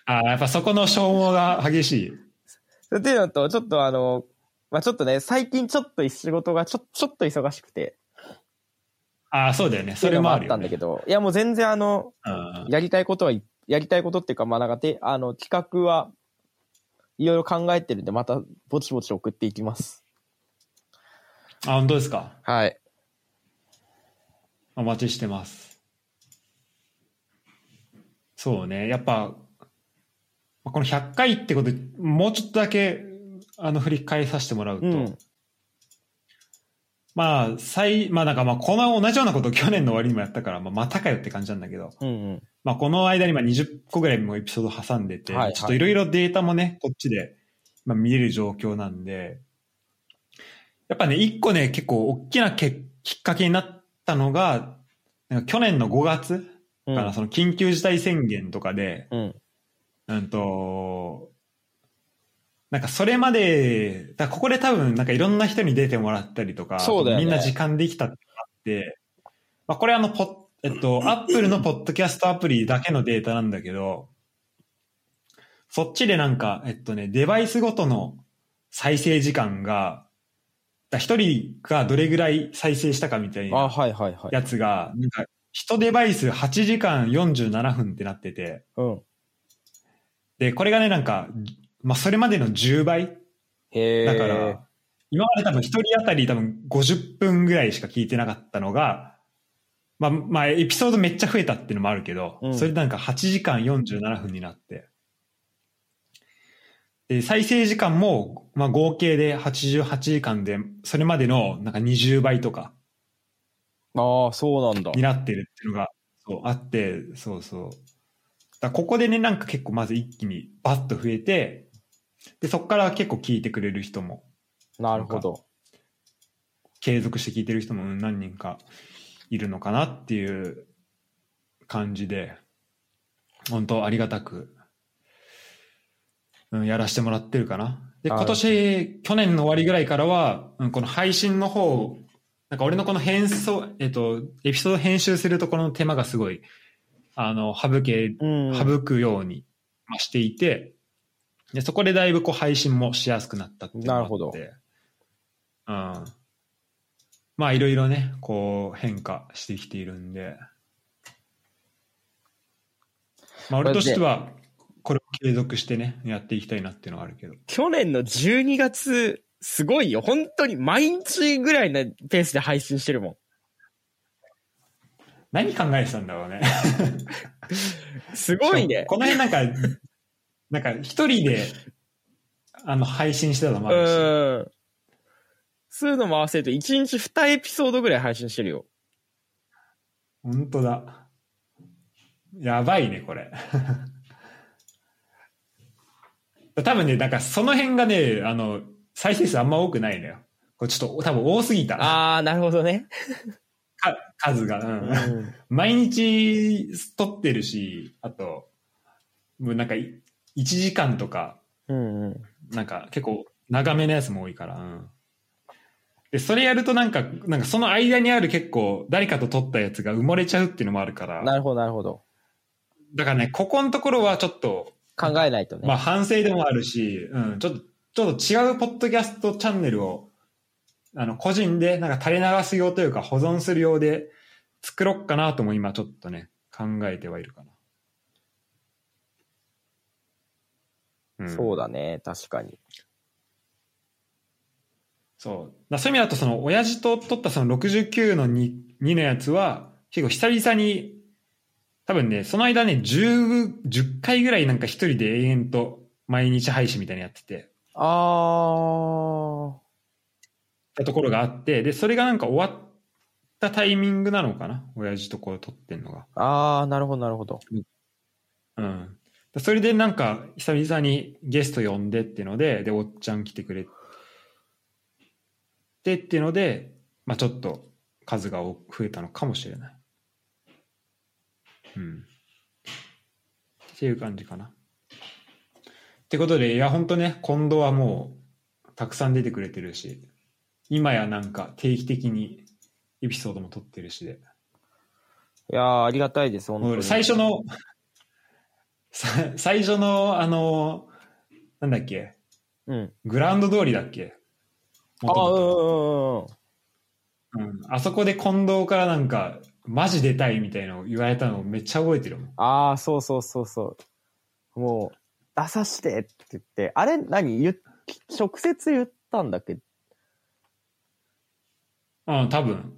ああ、やっぱそこの消耗が激しい。
っていうのと、ちょっとあの、まあ、ちょっとね、最近ちょっと仕事がちょ、ちょっと忙しくて、
ああ、そうだよね。それもあ
っ
る
て
よ、
いうのったんだけ
ね。
ど、いやもう全然あの、
うん
やりたいことはい、やりたいことっていうか、まあ、なんかて、あの、企画はいろいろ考えてるんで、またぼちぼち送っていきます。
あ、本当ですか。
はい。
お待ちしてます。そうね。やっぱ、この100回ってことで、もうちょっとだけ、あの、振り返させてもらうと、
うん。
まあ、最、まあなんかまあ、この同じようなことを去年の終わりにもやったから、まあ、またかよって感じなんだけど、
うん
まあ、この間にまあ20個ぐらいもエピソード挟んでて、
はいはい
ちょっといろいろデータもね、こっちで、まあ、見える状況なんで、やっぱね、一個ね、結構大きなけきっかけになったのが、なんか去年の5月
うん。
かな、その緊急事態宣言とかで、
うん。
うんと、なんかそれまで、だからここで多分なんかいろんな人に出てもらったりとか、
そうだよね
みんな時間できたってあって、まあこれあの、ポッえっと、アップルのポッドキャストアプリだけのデータなんだけど、そっちでなんか、えっとね、デバイスごとの再生時間が、だから一人がどれぐらい再生したかみたい
あ、
な
はいはいはい。
やつが、なんか、一デバイス8時間47分ってなってて、
うん。
で、これがね、なんか、まあ、それまでの10倍。
へえ。
だから、、今まで多分1人当たり多分50分ぐらいしか聞いてなかったのが、まあ、まあ、エピソードめっちゃ増えたっていうのもあるけど、
うん
それでなんか8時間47分になって、で、再生時間も、まあ、合計で88時間で、それまでのなんか20倍とか
ああ、そうなんだ。
になってるっていうのが、そう、あって、そうそう。だからここでね、なんか結構まず一気にバッと増えて、で、そこから結構聞いてくれる人も、
なるほど。
継続して聞いてる人もうん何人かいるのかなっていう感じで、本当ありがたく、うん、やらせてもらってるかな。で、
はい
今年、去年の終わりぐらいからは、うん、この配信の方を、なんか俺のこの変装、えっと、エピソード編集するところの手間がすごい、あの、省け
うん。
省くようにまあしていて、でそこでだいぶこう配信もしやすくなったっていうのがあって
なるほど
うん、まあいろいろねこう変化してきているんで、まあ、俺としてはこれを継続してねやっていきたいなっていうのはあるけど
去年の12月、すごいよ。本当に毎日ぐらいのペースで配信してるも
何考えてたんだろうね
ん。すごいね。
[LAUGHS] この辺なんか、なんか一人であの、配信してたのもあるし。
うん。そういうのも合わせると、1日2エピソードぐらい配信してるよ。
本当だ。やばいね、これ。 [LAUGHS] 多分ね、だからその辺がね、あの、再生数あんま多くないのよ。これちょっと多分多すぎた。か
ああ、なるほどね。
数が、
う
うん。
ん。
毎日撮ってるし、あと、もうなんかい1時間とか、
うんうん。
なんか結構長めのやつも多いから。うんで、それやるとなんか、なんかその間にある結構誰かと撮ったやつが埋もれちゃうっていうのもあるから。
なるほど、なるほど。
だからね、ここのところはちょっと、
考えないとね。
まあ反省でもあるし、うん、ちょっと、ちょっと違うポッドキャストチャンネルを、あの、個人で、なんか垂れ流す用というか保存する用で作ろっかなとも今ちょっとね、考えてはいるかな。うん、
そうだね、確かに。
そう。だそういう意味だと、その、親父と撮ったその69の 2, 2のやつは、結構久々に、多分ね、その間ね、10、10回ぐらいなんか一人で永遠と毎日配信みたいなのやってて、
あー。
たところがあって、で、それがなんか終わったタイミングなのかな親父とこう撮ってんのが。
あー、なるほど、なるほど。
うん。だそれでなんか、久々にゲスト呼んでっていうので、で、おっちゃん来てくれてっていうので、まあちょっと数が多く増えたのかもしれない。うん。っていう感じかな。ってことで、いや、ほんとね、今度はもう、たくさん出てくれてるし、今やなんか定期的にエピソードも撮ってるしで。
いやー、ありがたいです、本当に。
最初の、さ最初の、あの、なんだっけ、
うん。
グラウンド通りだっけ
あ
元
あ、う
々
んうんうんう
う
ん。
んあそこで近藤からなんか、マジ出たいみたいなのを言われたのをめっちゃ覚えてるもん。
ああ、そうそうそうそう。もう、出さしてって言って、あれ何言っ直接言ったんだっけ
うん、多分。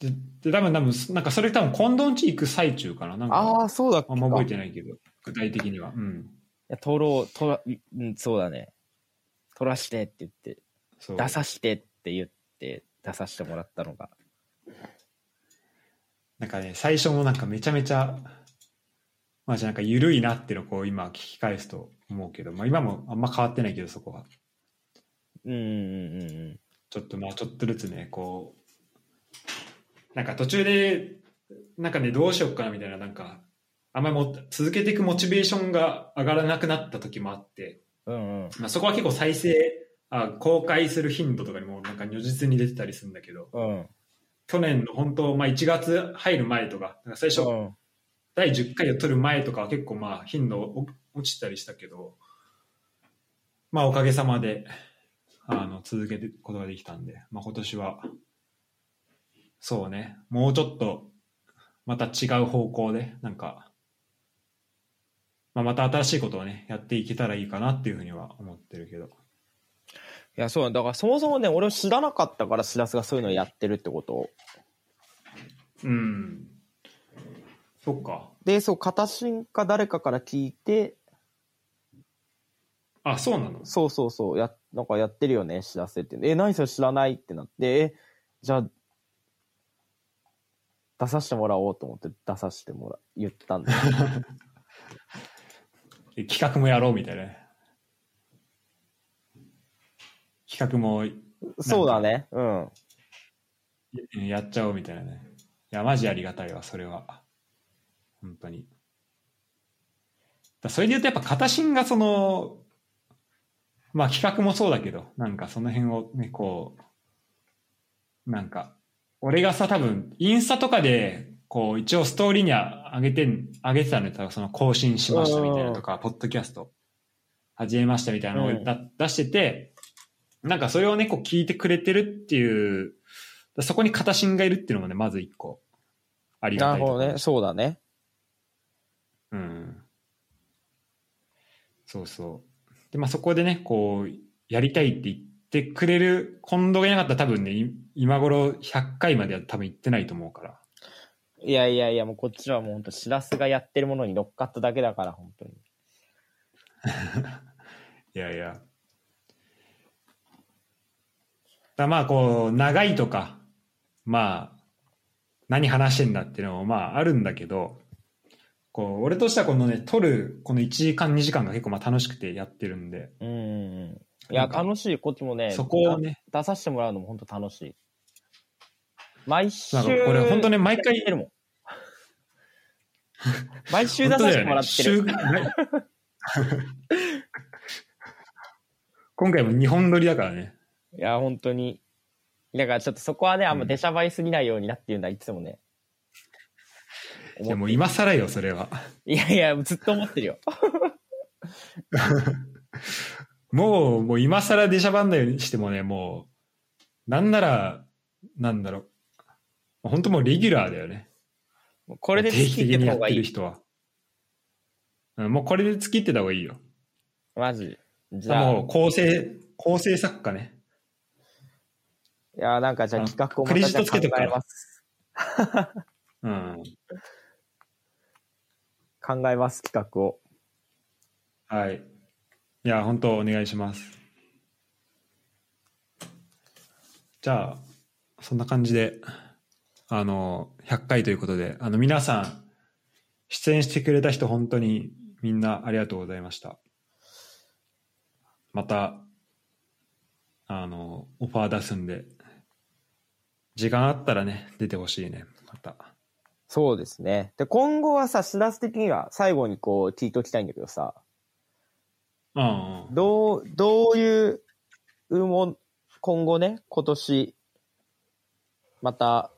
で、で多分、多分、なんかそれ多分近藤んち行く最中かな。なん
あ
か、
あ、そうだっけ
あんま覚えてないけど、具体的には。うん。
いや、取ろう、取ら、うん、そうだね。取らしてって言って、
そう。
出さしてって言って、出さしてもらったのが。
なんかね、最初もなんかめちゃめちゃ、まあじゃあなんか緩いなっていうのをこう今聞き返すと思うけど、まあ今もあんま変わってないけどそこは。
うんうんうんうん。
ちょっとまあちょっとずつね、こう、なんか途中で、なんかね、どうしようかなみたいな、なんか、あんまりも続けていくモチベーションが上がらなくなった時もあって、
うんうん。
まあそこは結構再生、あ公開する頻度とかにもなんか如実に出てたりするんだけど、
うん。
去年の本当、まあ1月入る前とか、なんか最初、
うん
第10回を取る前とかは結構まあ頻度お落ちたりしたけど、まあおかげさまで、あの、続けていくことができたんで、まあ今年は、そうね、もうちょっと、また違う方向で、なんか、まあまた新しいことをね、やっていけたらいいかなっていうふうには思ってるけど。
いや、そうなんだだからそもそもね、俺を知らなかったから、しらすがそういうのやってるってことを。
うん。そっか。
で、そう、片新か誰かから聞いて、
あ、そうなの
そうそうそう、や、なんかやってるよね、知らせって。え、何それ知らないってなって、え、じゃあ、出させてもらおうと思って出させてもら、言った
[LAUGHS]
んだよ。
え企画もやろうみたいなね。企画も
そうだね、うん。
うんやっちゃおうみたいなね。いや、マジありがたいわ、それは。本当に。だそれで言うと、やっぱ、片新がその、まあ企画もそうだけど、なんかその辺をね、こう、なんか、俺がさ、多分、インスタとかで、こう、一応ストーリーには上げてん、上げてたのよ、多分その更新しましたみたいなとか、ポッドキャスト始めましたみたいなの
うん
をだ出してて、なんかそれをね、こう聞いてくれてるっていう、だそこに片新がいるっていうのもね、まず一個、ありが
な
たい
る
とこ
ほ
ろ
ど
だし
ね、そうだね。
うん。そうそう。で、まあそこでね、こう、やりたいって言ってくれる近藤がいなかったら多分ね、い今頃100回までは多分行ってないと思うから。
いやいやいや、もうこっちはもうほんと、しらすがやってるものに乗っかっただけだから、本当に。
いやいや。だまあこう、長いとか、まあ、何話してんだっていうのもまああるんだけど、こう、俺としてはこのね、撮るこの1時間2時間が結構まあ楽しくてやってるんで、
うんうんうん。いや、
なんか
楽しい。こっちもね、
そこをね、
出させてもらうのも本当楽しい。毎週。
なんかこれ本当ね、毎
毎回
回
やってるも
[LAUGHS]
ん。毎週出させてもらってる。
本当だよね週 [LAUGHS] 今回も2本撮りだからね。
いや、本当に。だからちょっとそこはね、あんま出しゃばりすぎないようになっていうのはいつもね。
いやもう今更よ、それは。
いやいや、ずっと思ってるよ。
もう、もう今更出しゃばんないようにしてもね、もう、なんなら、なんだろう。本当もうレギュラーだよね。
もうこれで
定期的
月って
にや
方
っ
が
て
い
る
い。
人は。うん、もうこれで月ってた方がいいよ。
マジ。じゃあ、
もう構成、構成作家ね。
いや、なんかじゃあ企画をま
クレ
た
ジッ
じゃ
トつけ
あ
て
考
か
え
ら
ます。
うん。
考えます、企画を。
はい。いや、本当お願いします。じゃあ、そんな感じで、あの、100回ということで、あの、皆さん、出演してくれた人、本当にみんなありがとうございました。また、あの、オファー出すんで、時間あったらね、出てほしいね、また。
そうですね。で、今後はさ、知らす的には最後にこう聞いておきたいんだけどさ、
うんうん。
どう、どういう、もん、今後ね、今年、また、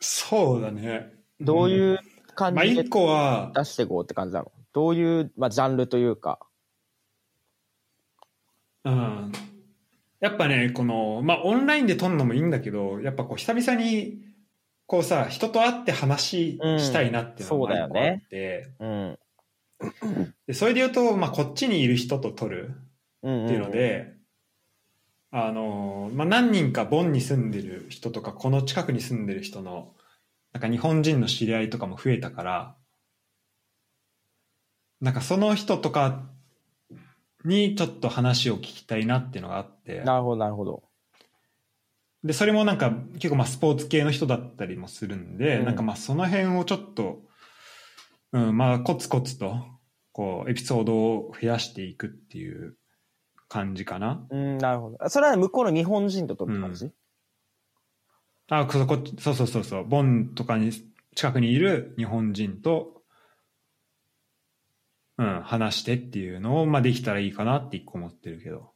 そうだね。
どういう感
まあ、
じで
一個は、
出していこうって感じなのどういう、まあ、ジャンルというか。
うんやっぱねこの、まあ、オンラインで撮るのもいいんだけどやっぱこう久々にこうさ人と会って話したいなっていうの
う
が
んそうだ
一
よ
個あ
ね
って、
うん。
でそれで言うと、まあ、こっちにいる人と撮る
うん、
っていうので、あのまあ、何人かボンに住んでる人とかこの近くに住んでる人のなんか日本人の知り合いとかも増えたからなんかその人とかにちょっと話を聞きたいなっていうのがあって。
なるほど、なるほど。
で、それもなんか結構まあスポーツ系の人だったりもするんで、
うん
なんかまあその辺をちょっと、うん、まあコツコツと、こう、エピソードを増やしていくっていう感じかな。
うん、なるほど。あそれは向こうの日本人と撮る感じ、
あ、こそこ、そうそうそうそう、ボンとかに、近くにいる日本人と、うん、話してっていうのを、まあできたらいいかなって一個思ってるけど。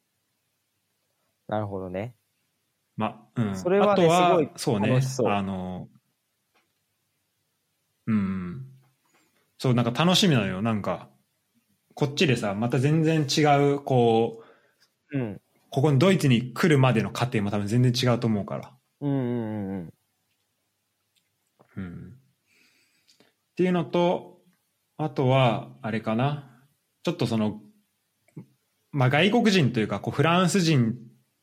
なるほどね。
まあ、うん。
それはね
あとは
すごい
そうね
楽しそう
あの、うん。そう、なんか楽しみなのよ。なんか、こっちでさ、また全然違う、こう、
うん。
ここにドイツに来るまでの過程も多分全然違うと思うから。
うんうんうんうん。
うん。っていうのと、あとは、あれかな。ちょっとその、まあ、外国人というか、こう、フランス人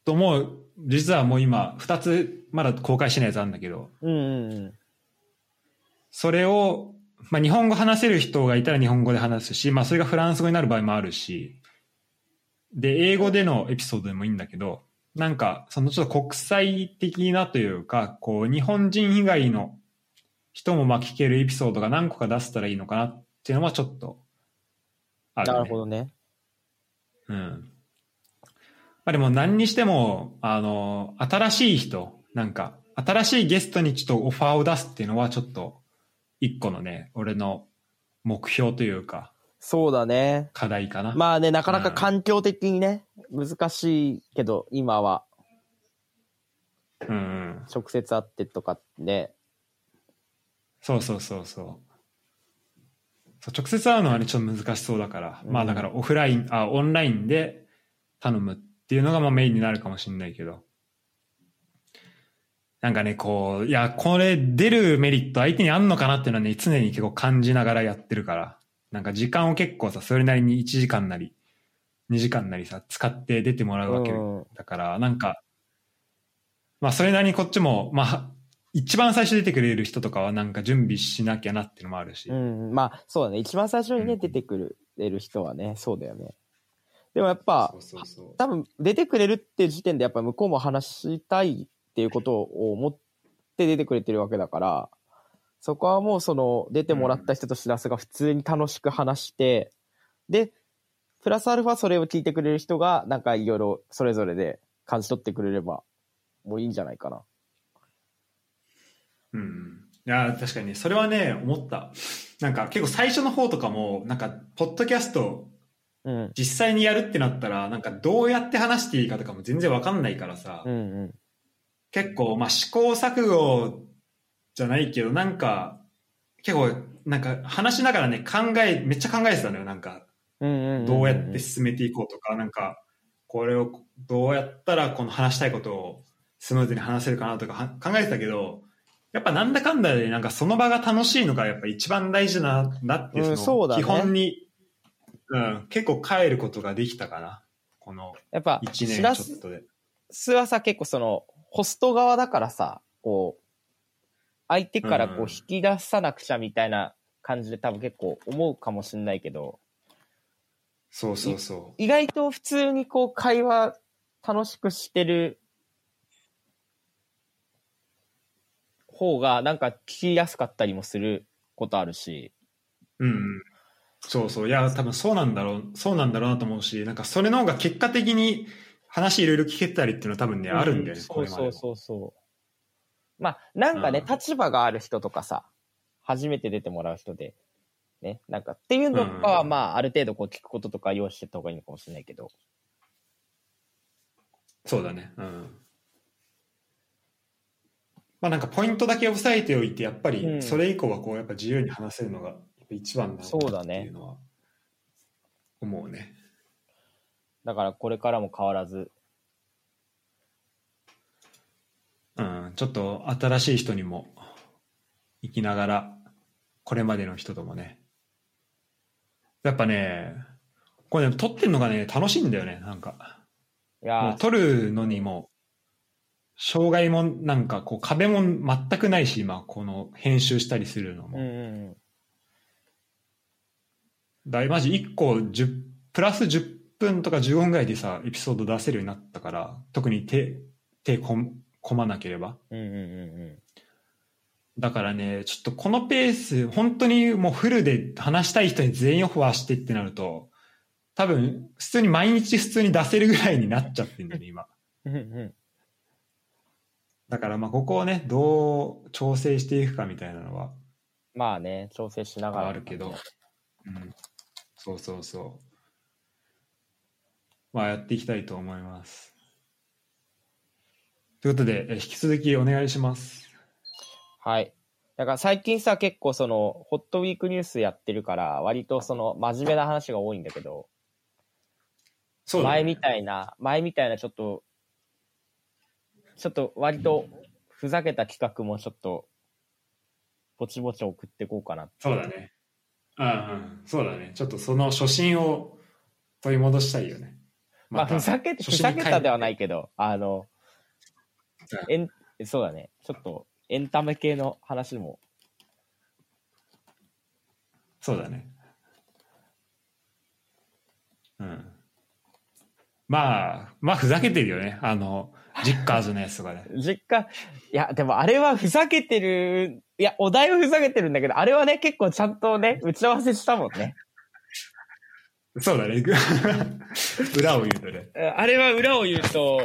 とも、実はもう今、二つ、まだ公開してないやつあるんだけど、
うんうんうん。
それを、まあ、日本語話せる人がいたら日本語で話すし、まあ、それがフランス語になる場合もあるし、で、英語でのエピソードでもいいんだけど、なんか、そのちょっと国際的なというか、こう、日本人以外の人もまあ聞けるエピソードが何個か出せたらいいのかなっていうのはちょっとある、ね。
なるほどね。
うん。まあでも何にしても、あの、新しい人、なんか、新しいゲストにちょっとオファーを出すっていうのはちょっと、一個のね、俺の目標というか、
そうだね。
課題かな。
まあね、なかなか環境的にね、難しいけど、今は
うんうん。
直接会ってとかね。
そうそうそうそう。そう直接会うのはね、ちょっと難しそうだから、
うん
まあだからオフライン、あ、オンラインで頼むっていうのがまあメインになるかもしれないけど。なんかね、こう、いや、これ出るメリット相手にあんのかなっていうのはね、常に結構感じながらやってるから、なんか時間を結構さ、それなりに1時間なり、2時間なりさ、使って出てもらうわけ
うん
だから、なんか、まあそれなりにこっちも、まあ、一番最初出てくれる人とかはなんか準備しなきゃなっていうのもあるし、
うん、まあそうだね一番最初にね、
うん
出てくれる人はねそうだよねでもやっぱ
そう、そうそう。
多分出てくれるって時点でやっぱ向こうも話したいっていうことを思って出てくれてるわけだからそこはもうその出てもらった人としらすが普通に楽しく話して、でプラスアルファそれを聞いてくれる人がなんかいろいろそれぞれで感じ取ってくれればもういいんじゃないかな。
うんうん。いやー、確かに、それはね、思った。なんか、結構最初の方とかも、なんか、ポッドキャスト、
うん、
実際にやるってなったら、なんか、どうやって話していいかとかも全然わかんないからさ、
うん、うん
結構、まあ、試行錯誤じゃないけど、なんか、結構、なんか、話しながらね、考え、めっちゃ考えてたのよ、なんか、
うんうんうん。
どうやって進めていこうとか、なんか、これをどうやったらこの話したいことをスムーズに話せるかなとかは考えてたけど、やっぱなんだかんだでなんかその場が楽しいのがやっぱ一番大事だなっていううんそ
そ
の
うだ
基
ね
本に、うん、結構変えることができたかな。この
やっぱ
1
しら
年ち
す
ょっとで。
スはさ、結構その、ホスト側だからさ、こう、相手から
うん
こう引き出さなくちゃみたいな感じで多分結構思うかもしんないけど、
そうそうそ
意外と普通にこう会話楽しくしてる方がなんか聞きやすかったりもすることあるし、
う。うんうん。そうそう。いや、多分そうなんだろう、そうなんだろうなと思うし、なんかそれの方が結果的に話いろいろ聞けたりっていうのは多分ね、あるんだよね、
そ
こ
う
れまで
そ
も
うそうそう。まあ、なんかね、
うん
立場がある人とかさ、初めて出てもらう人で、ね、なんかっていうのとかは、
うん
まあ、ある程度こう聞くこととか用意してった方がいいのかもしれないけど。
そうだね。うん。まあなんかポイントだけ押さえておいて、やっぱ
う
り
ん
それ以降はこうやっぱ自由に話せるのが一番なの
そう
かな
だ
って
ね
いうのは思うね。
だから、これからも変わらず。
うん。ちょっと新しい人にも行きながら、これまでの人ともね。やっぱね、これね、撮ってんのがね、楽しいんだよね、なんか。
い
もう
やー、
撮るのにも、障害もなんかこう壁も全くないし、今、この編集したりするのも。
うんうんうん。
だいマジ1個10プラス10分とか15分ぐらいでさエピソード出せるようになったから特に手手こん込まなければ
うんうんうんうん。
だからねちょっとこのペース本当にもうフルで話したい人に全員オファーしてってなると多分普通に毎日普通に出せるぐらいになっちゃってんだよね今
うんうん
だからまあここをねどう調整していくかみたいなのは
まあね、調整しながら。
あるけど、うん、そうそうそうまあやっていきたいと思いますということでえ引き続きお願いします
はい。だから最近さ、結構その、ホットウィークニュースやってるから、割とその、真面目な話が多いんだけど、
そ
前みたいな、前みたいなちょっと、ちょっと割とふざけた企画もちょっと、ぼちぼち送ってこうかな。
そうだねうんうんそうだねちょっとその初心を取り戻したいよね
まあ、ふざけて、ふざけたではないけど、あの、エン、そうだね。ちょっと、エンタメ系の話も。
そうだね。うん。まあ、まあ、ふざけてるよね。あの、ジッカーズのやつとかね。
実家、いや、でもあれはふざけてる、いや、お題はふざけてるんだけど、あれはね、結構ちゃんとね、打ち合わせしたもんね。
そうだね。裏を言うとね。
うんあれは裏を言うと、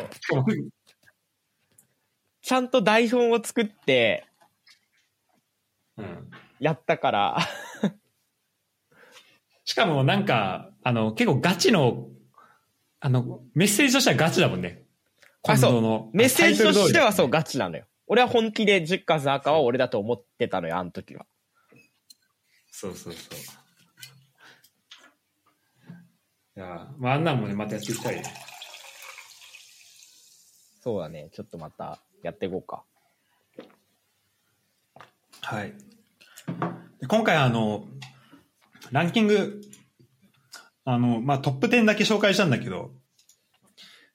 ちゃんと台本を作って
うん。
やったから、
しかも、なんか、あの、結構ガチの、あの、メッセージとしてはガチだもんね。
あそう
近藤の
メッセージとしてはそ
タ
う、
イ
ガチなのよ。俺は本気で10カズ赤は俺だと思ってたのよ、あの時は。
トル通りだねそうそうそう。いや、まあ、あんなんもね、またやっていきたいね。
そうだね。ちょっとまたやっていこうか。
はい。で今回あの、ランキング、あの、まあ、トップ10だけ紹介したんだけど、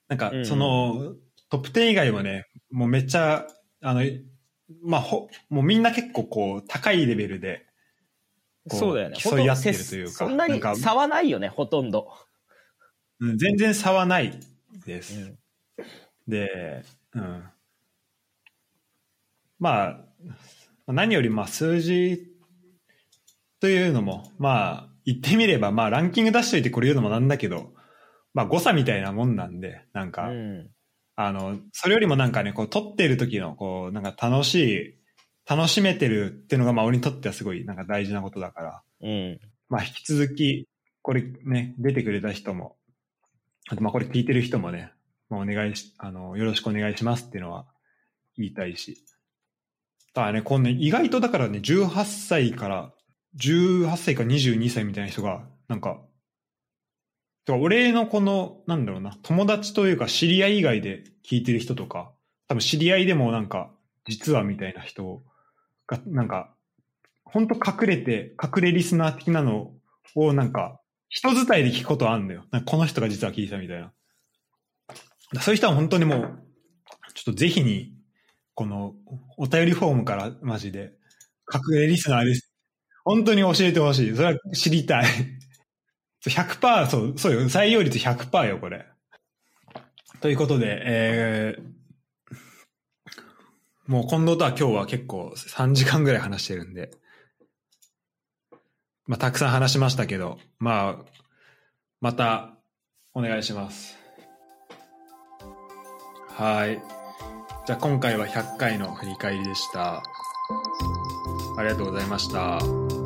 なんか
うんう、ん
その、トップ10以外はね、もうめっちゃ、あの、まあ、ほ、もうみんな結構こう、高いレベルで、こう
そうだよね。
競い合ってるというか
ほんとせそんな
なん
に
か
差はないよね、ほとんど。
うん全然差はないです。
うん
で、うん。まあ、何より、まあ、数字というのも、まあ、言ってみれば、まあ、ランキング出しといてこれ言うのもなんだけど、まあ、誤差みたいなもんなんで、なんか、
うん
あの、それよりもなんかね、こう、撮ってる時の、こう、なんか楽しい、楽しめてるっていうのが、まあ、俺にとってはすごい、なんか大事なことだから、
うん
まあ、引き続き、これね、出てくれた人も、あと、まあ、これ聞いてる人もね、まあ、お願いし、あの、よろしくお願いしますっていうのは言いたいし。だからね、このね、意外とだからね、18歳から、18歳から22歳みたいな人が、なんか、てか俺のこの、なんだろうな、友達というか知り合い以外で聞いてる人とか、多分知り合いでもなんか、実はみたいな人が、なんか、本当隠れて、隠れリスナー的なのをなんか、人伝いで聞くことあるんだよ。なんかこの人が実は聞いたみたいな。だからそういう人は本当にもう、ちょっとぜひに、この、お便りフォームからマジで、隠れリスナーです。本当に教えてほしい。それは知りたい。100%、そう、そうよ。採用率100%よ、これ。ということで、えー、もう近藤とは今日は結構3時間ぐらい話してるんで、まあ、たくさん話しましたけど、まあ、またお願いします。はい。じゃあ今回は100回の振り返りでした。ありがとうございました。